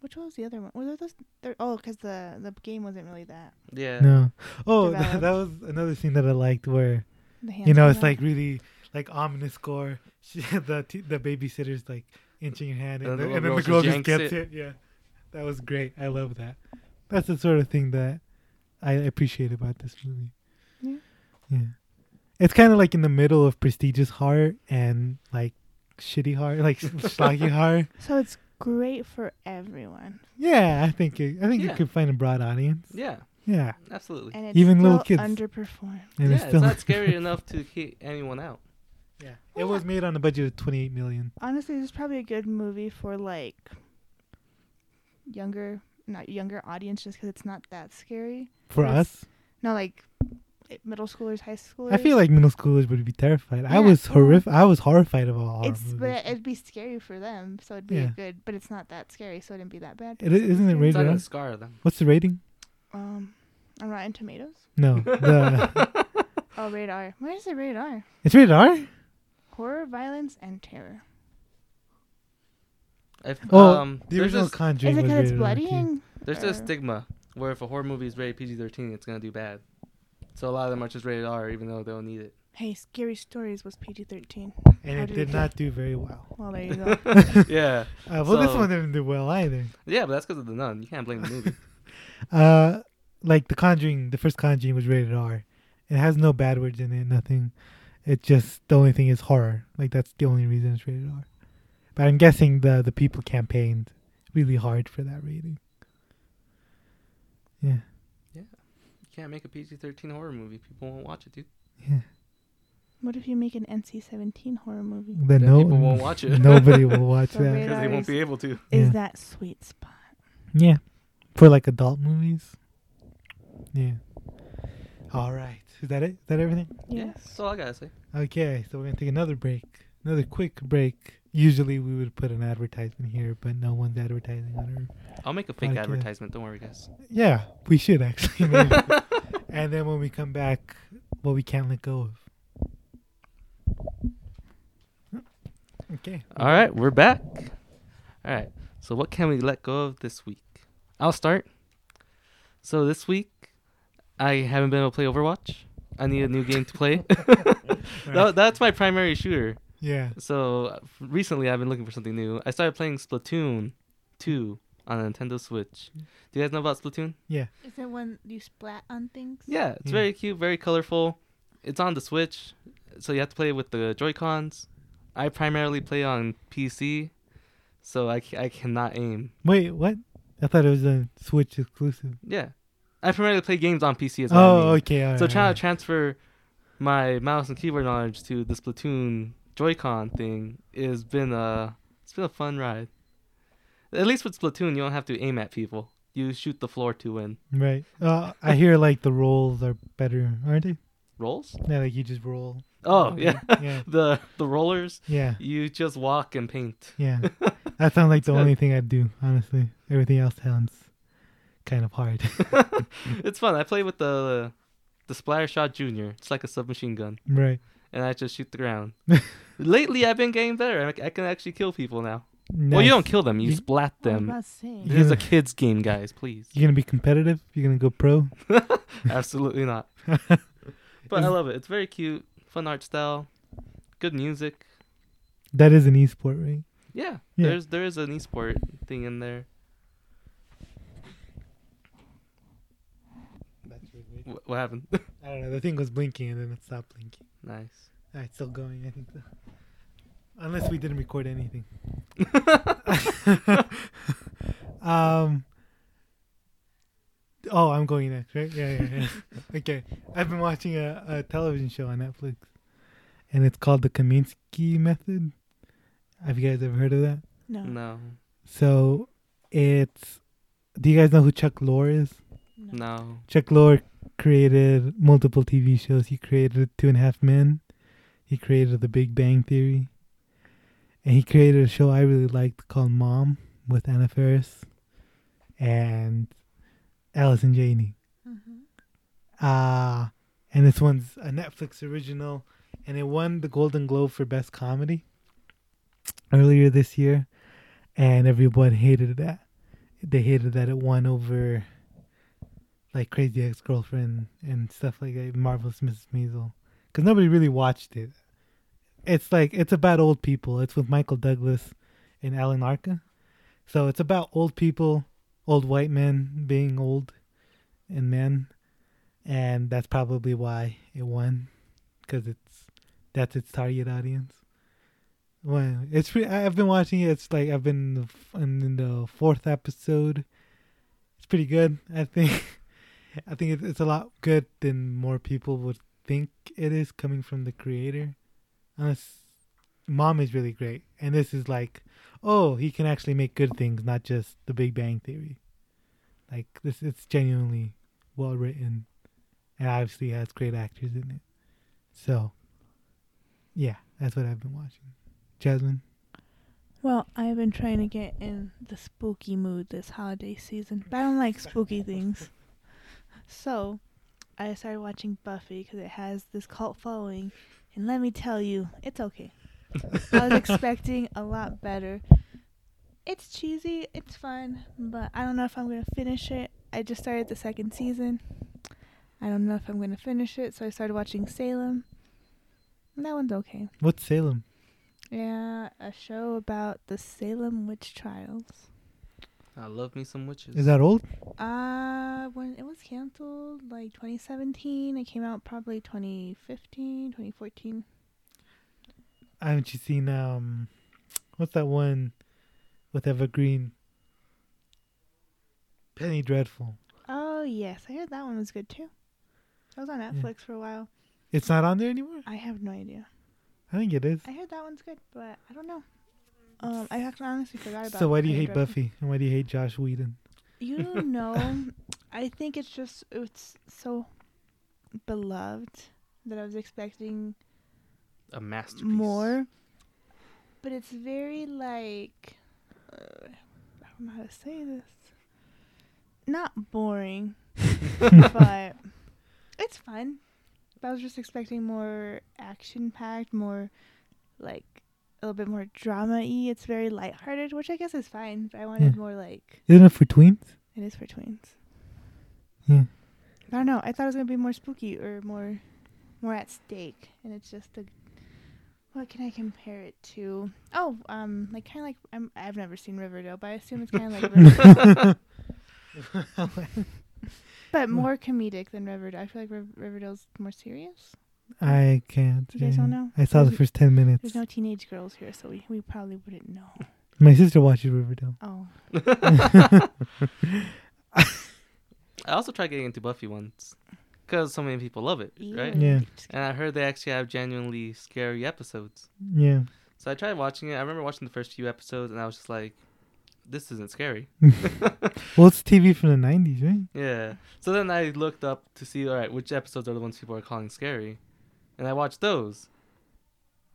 Which one was the other one? Were there those? There, oh, because the the game wasn't really that. Yeah. No. Oh, [laughs] that, Developed. that was another scene that I liked where The you know handsome it's one. like really like ominous score. [laughs] She, the t- the babysitter's like inching her hand, and, And the, the and then little the girl girl just just gets yanks it. Yeah, that was great. I love that. That's the sort of thing that I appreciate about this movie. Yeah. yeah. It's kind of like in the middle of prestigious horror and like shitty horror, [laughs] like [laughs] schlocky horror. So it's great for everyone, Yeah, I think it, I think Yeah. you could find a broad audience. Yeah, Yeah, absolutely. and it's Even still little kids. underperformed. and yeah, it's it's, still [laughs] not scary enough to kick anyone out. Yeah, it was made on a budget of twenty eight million. Honestly, this is probably a good movie for like younger, not younger audience, just because it's not that scary. For Yes. us, No, like eh, middle schoolers, high schoolers. I feel like middle schoolers would be terrified. I Yeah. was horrific. I was horrified of all horror it's movies. but it'd be scary for them, so it'd be Yeah. a good. But it's not that scary, so it wouldn't be that bad. It is- isn't it It's rated not R? gonna scar them. What's the rating? Um, on Rotten Tomatoes. [laughs] No, the Oh, rated R. Where is it rated R? it's rated R. Horror, violence, and terror. If, Oh, um, The there's, original this, Conjuring is it was because it's rated R, bloody? too. And there's this or- stigma where if a horror movie is rated PG-13, it's gonna do bad. So a lot of them are just rated R, even though they don't need [laughs] it. Hey, Scary Stories was PG-13. and How it did did it not do very [laughs] well. Well, there you go. yeah, Uh, well, this So- one didn't do well either. yeah, but that's because of the nun. You can't blame the movie. Uh, like the Conjuring, the first Conjuring was rated R. It has no bad words in it, nothing. It just the only thing is horror. Like that's the only reason it's rated R. But I'm guessing the the people campaigned really hard for that rating. [laughs] Yeah, you can't make a PG-13 horror movie. People won't watch it, dude. yeah. what if you make an NC-17 horror movie? Then Then no, people [laughs] won't watch it. nobody [laughs] will watch So that. rated Because they R won't is- be able to. Yeah. Is that sweet spot? Yeah. For like adult movies. Yeah. All right. Is that it? Is that everything? Yeah, Yes. that's all I gotta say. Okay. So we're going to take another break. Another quick break. Usually we would put an advertisement here, but no one's advertising on her. I'll make a fake Okay. advertisement. Don't worry, guys. Yeah, we should actually. [laughs] maybe. and then when we come back, what we can't let go of. Okay. All right, we're back. All right, so what can we let go of this week? I'll start. So this week, I haven't been able to play Overwatch. I need a new game [laughs] to [laughs] play. [laughs] Tha- that's my primary shooter. Yeah. So uh, recently, I've been looking for something new. I started playing Splatoon 2 on a Nintendo Switch. Do you guys know about Splatoon? Is it when you splat on things? Yeah, it's Yeah. very cute, very colorful. It's on the Switch, so you have to play with the Joy Cons. I primarily play on PC, so I, c- I cannot aim. Wait, what? I thought it was a Switch exclusive. Yeah, I primarily play games on PC as well. Oh, okay. all so right, all trying right. to transfer my mouse and keyboard knowledge to the Splatoon Joy-Con thing has been a it's been a fun ride. At least with Splatoon, you don't have to aim at people. You shoot the floor to win. Right. Uh, I hear like the rolls are better, aren't they? Rolls? Yeah, like you just [laughs] roll. Oh yeah, yeah, the the rollers. yeah, You just walk and paint. [laughs] yeah. That sounds like the It's only thing I'd do, honestly. Everything else sounds kind of hard. [laughs] it's fun. I play with the the splatter shot junior. It's like a submachine gun, right. and I just shoot [laughs] the ground. Lately, I've been getting better. I, I can actually kill people now. Well, Nice. you don't kill them. You You- splat Oh, I'm them. about to say. This is [laughs] a Yeah. kids game, guys. Please, You're gonna be competitive. You're gonna go pro. [laughs] absolutely not. But I love it. It's very cute, fun art style, good music. That is an esport, right? Yeah, Yeah. there's there is an esport thing in there. That's really weird. Wh- what happened? [laughs] I don't know. The thing was blinking and then it stopped blinking. [laughs] nice. [laughs] All right, still going. I think so. Unless we didn't record anything. [laughs] um. Oh, I'm going next, right? Yeah, yeah, yeah. okay. I've been watching a, a television show on Netflix, and it's called The Kaminsky Method. Have you guys ever heard of that? No. No, So, it's. Do you guys know who Chuck Lorre is? no. Chuck Lorre created multiple TV shows. He created Two and a Half Men. He created The Big Bang Theory. And he created a show I really liked called Mom with Anna Faris and Allison Janney. Mm-hmm. Mhm. Uh, and this one's a Netflix original, and it won the Golden Globe for Best Comedy earlier this year, and everyone hated that. They hated that it won over like Crazy Ex Girlfriend and stuff like that, Marvelous Mrs. Maisel, because nobody really watched it. It's like it's about old people. It's with Michael Douglas and Alan Arca, so it's about old people, old white men being old, and men and that's probably why it won because it's that's its target audience well it's pre- I- i've been watching it it's like i've been in the, f- I'm in the fourth episode it's pretty good i think [laughs] i think it's, it's a lot good than more people would think it is coming from the creator unless mom is really great and this is like oh he can actually make good things not just the big bang theory like this it's genuinely well written and obviously has great actors in it. So, yeah, that's what I've been watching. Jasmine, Well, I've been trying to get in the spooky mood this holiday season, but I don't like spooky things. So, I started watching Buffy because it has this cult following, and let me tell you, it's okay. I was expecting a lot better. It's cheesy, it's fun, but I don't know if I'm going to finish it. I just started the second season. I don't know if I'm going to finish it, so I started watching Salem. And that one's okay. what's Salem? Yeah, a show about the Salem witch trials. I love me some witches. Is that old? Uh, when it was canceled, like 2017, it came out probably 2015, 2014. Haven't you seen um, what's that one with Evergreen? Penny Dreadful. Oh, yes, I heard that one was good too. That was on Netflix for a while. It's not on there anymore. I have no idea. I think it is. I heard that one's good, but I don't know. Um, I actually honestly forgot about So why do you Penny hate Dreadful. Buffy and why do you hate Josh Whedon? [laughs] You know, I think it's just it's so beloved that I was expecting a masterpiece. more. But it's very like uh, I don't know how to say this. Not boring, but it's fun. But I was just expecting more action packed, more like a little bit more drama y. It's very lighthearted, which I guess is fine, but I wanted Yeah. more like Isn't it for [laughs] tweens? it is for twins. Yeah. I don't know. I thought it was gonna be more spooky or more, more at stake, and it's just a. What can I compare it to? Oh, um, like kind of like I'm, I've never seen Riverdale, but I assume it's kind of like, Riverdale, but more comedic than Riverdale. I feel like Riv- Riverdale's more serious. [laughs] I can't. You guys uh, don't know? I saw the There's- first ten minutes. There's no teenage girls here, so we, we probably wouldn't know. My sister watches Riverdale. Oh, I also tried getting into Buffy once because so many people love it, right? Yeah. And I heard they actually have genuinely scary episodes. Yeah. So I tried watching it. I remember watching the first few episodes and I was just like, this isn't scary. Well, it's TV from the nineties, right? Yeah. So then I looked up to see, all right, which episodes are the ones people are calling scary. And I watched those.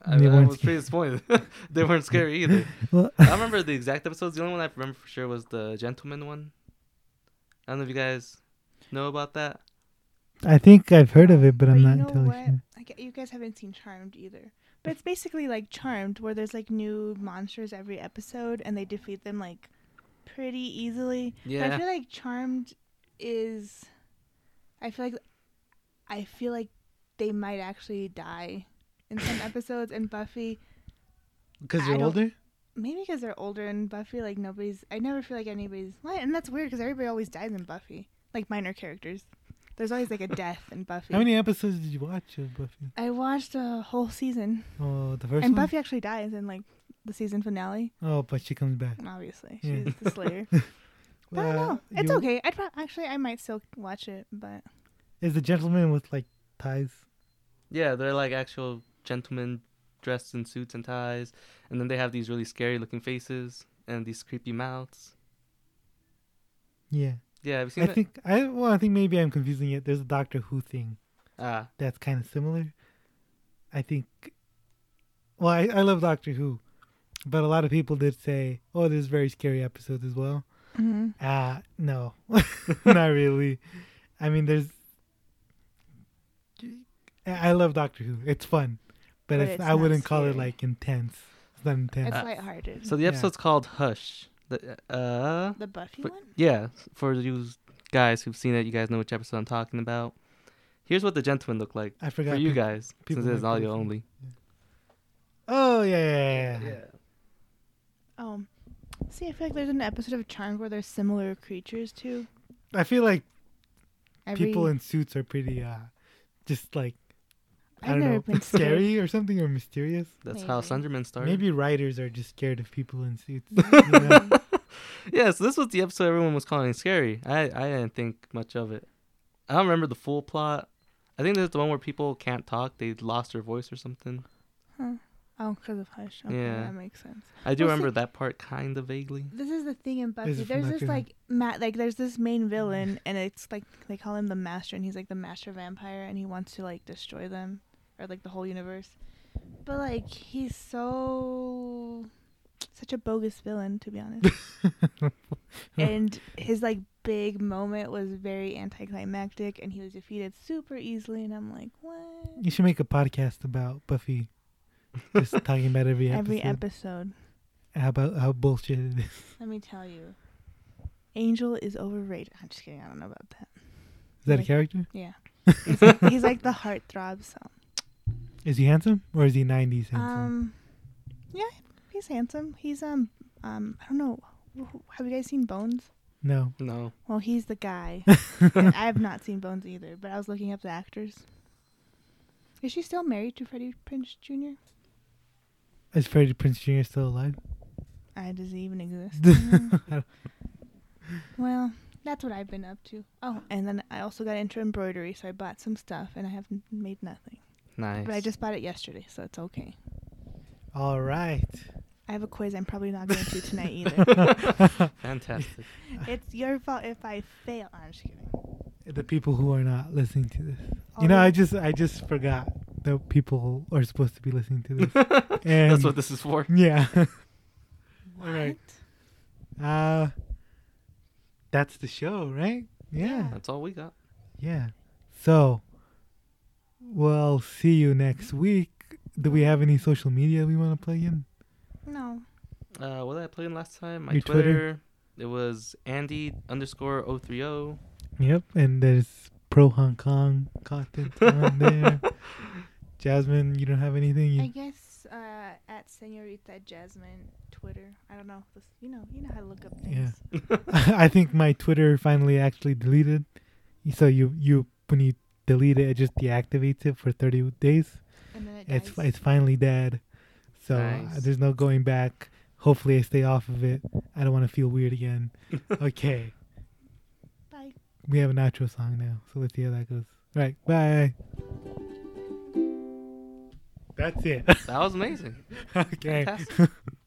I, And they I weren't was pretty disappointed. [laughs] they weren't scary either. [laughs] Well- I remember the exact episodes. The only one I remember for sure was the gentleman one. I don't know if you guys know about that. I think I've heard of it, but I'm you not know entirely what? sure. I get- you guys haven't seen Charmed either, but it's basically like Charmed, where there's like new monsters every episode, and they defeat them like pretty easily. But I Yeah. feel like Charmed is. I feel like, I feel like they might actually die [laughs] in some episodes, and Buffy Because I you're don't- older. maybe because they're older and Buffy like nobody's. I never feel like anybody's. What? And that's weird because everybody always dies in Buffy, like minor characters. There's always like a death in Buffy. How many episodes did you watch of Buffy? I watched a whole season, Oh, the first and one. Buffy actually dies in like the season finale. Oh, but she comes back. Obviously, Yeah. she's [laughs] the Slayer. But I Uh, don't know. It's you- okay. I'd pro- actually I might still watch it, but Is the gentleman with like ties? Yeah, they're like actual gentlemen dressed in suits and ties. And then they have these really scary looking faces and these creepy mouths. Yeah. Yeah, have you seen I it? think I well, I think maybe I'm confusing it. There's a Doctor Who thing. Ah, that's kind of similar. I think. Well, I, I love Doctor Who, but a lot of people did say, "Oh, there's very scary episodes as well." Ah, no, [laughs] not really. I mean, there's. I I love Doctor Who. It's fun, but, But it's, it's I not wouldn't call it scary. like intense. It's not intense. it's Uh, lighthearted. so the Yeah. episode's called Hush. The, uh, the Buffy But- one. Yeah, for you guys who've seen it, you guys know which episode I'm talking about. Here's what the gentleman looked like I forgot. for you peop- guys, people since it is might be audio listening. only. Oh yeah, yeah, yeah, yeah. Oh, see, I feel like there's an episode of Charmed where there's similar creatures too. I feel like Every, people in suits are pretty, uh just like I I've don't [laughs] never know, been scared. scary or something or mysterious. That's how Maybe. Slenderman started. Maybe writers are just scared of people in [laughs] suits. you know? Yeah, so this was the episode everyone was calling scary. I, I didn't think much of it. I don't remember the full plot. I think there's the one where people can't talk, they lost their voice or something. Huh. Oh, because of Hush. Okay, Yeah. that makes sense. I do Well, see- remember that part kind of vaguely. This is the thing in Buffy. This is There's not this good. like Matt, like there's this main villain, and it's like they call him the Master, and he's like the Master Vampire, and he wants to like destroy them or like the whole universe. But like he's so such a bogus villain, to [laughs] be honest. and his like big moment was very anticlimactic, and he was defeated super easily. And I'm like, what? You should make a podcast about Buffy, just talking about every episode. Every episode, how about how bullshit it is. let me tell you, Angel is overrated. I'm just kidding. I don't know about that. Is that a Like- character? Yeah. he's, like, he's like the heartthrob, so. Is he handsome or is he '90s handsome? Um, yeah, he's handsome. He's, um, um, I don't know. wh- wh- Have you guys seen Bones? no. No. Well, he's the guy. And I have not seen Bones either, but I was looking up the actors. Is she still married to Freddie Prince Jr.? Is Freddie Prince Jr. still alive? I Uh, does he even exist? Mm. well, that's what I've been up to. Oh, and then I also got into embroidery, so I bought some stuff, and I have n- made nothing. Nice. But I just bought it yesterday, so it's okay. All [laughs] right. I have a quiz I'm probably not going to tonight either. [laughs] Fantastic. It's your fault if I fail. I'm just kidding. The people who are not listening to this. All You know, I right. just I just forgot that people are supposed to be listening to [laughs] this. And That's what this is for. Yeah. [laughs] What? All right. Uh that's the show, right? Yeah. That's all we got. Yeah. So we'll see you next week. Do we have any social media we want to plug in? No. Uh, what did I play in last time? My Your Twitter. Twitter. It was Andy underscore [laughs] 030. Yep. And there's pro Hong Kong content on there. Jasmine, you don't have anything? I You, guess uh, at Senorita Jasmine Twitter. I don't know. This, you know, you know how to look up Yeah. things. [laughs] I think my Twitter finally actually deleted. So you you when you delete it, it just deactivates it for 30 days. And then it It's dies. it's finally dead. So uh, Nice. there's no going back. Hopefully I stay off of it. I don't want to feel weird again. okay. Bye. We have an outro song now. So let's see how that goes. All right. Bye. That's it. That was amazing. [laughs] okay. [laughs] Fantastic.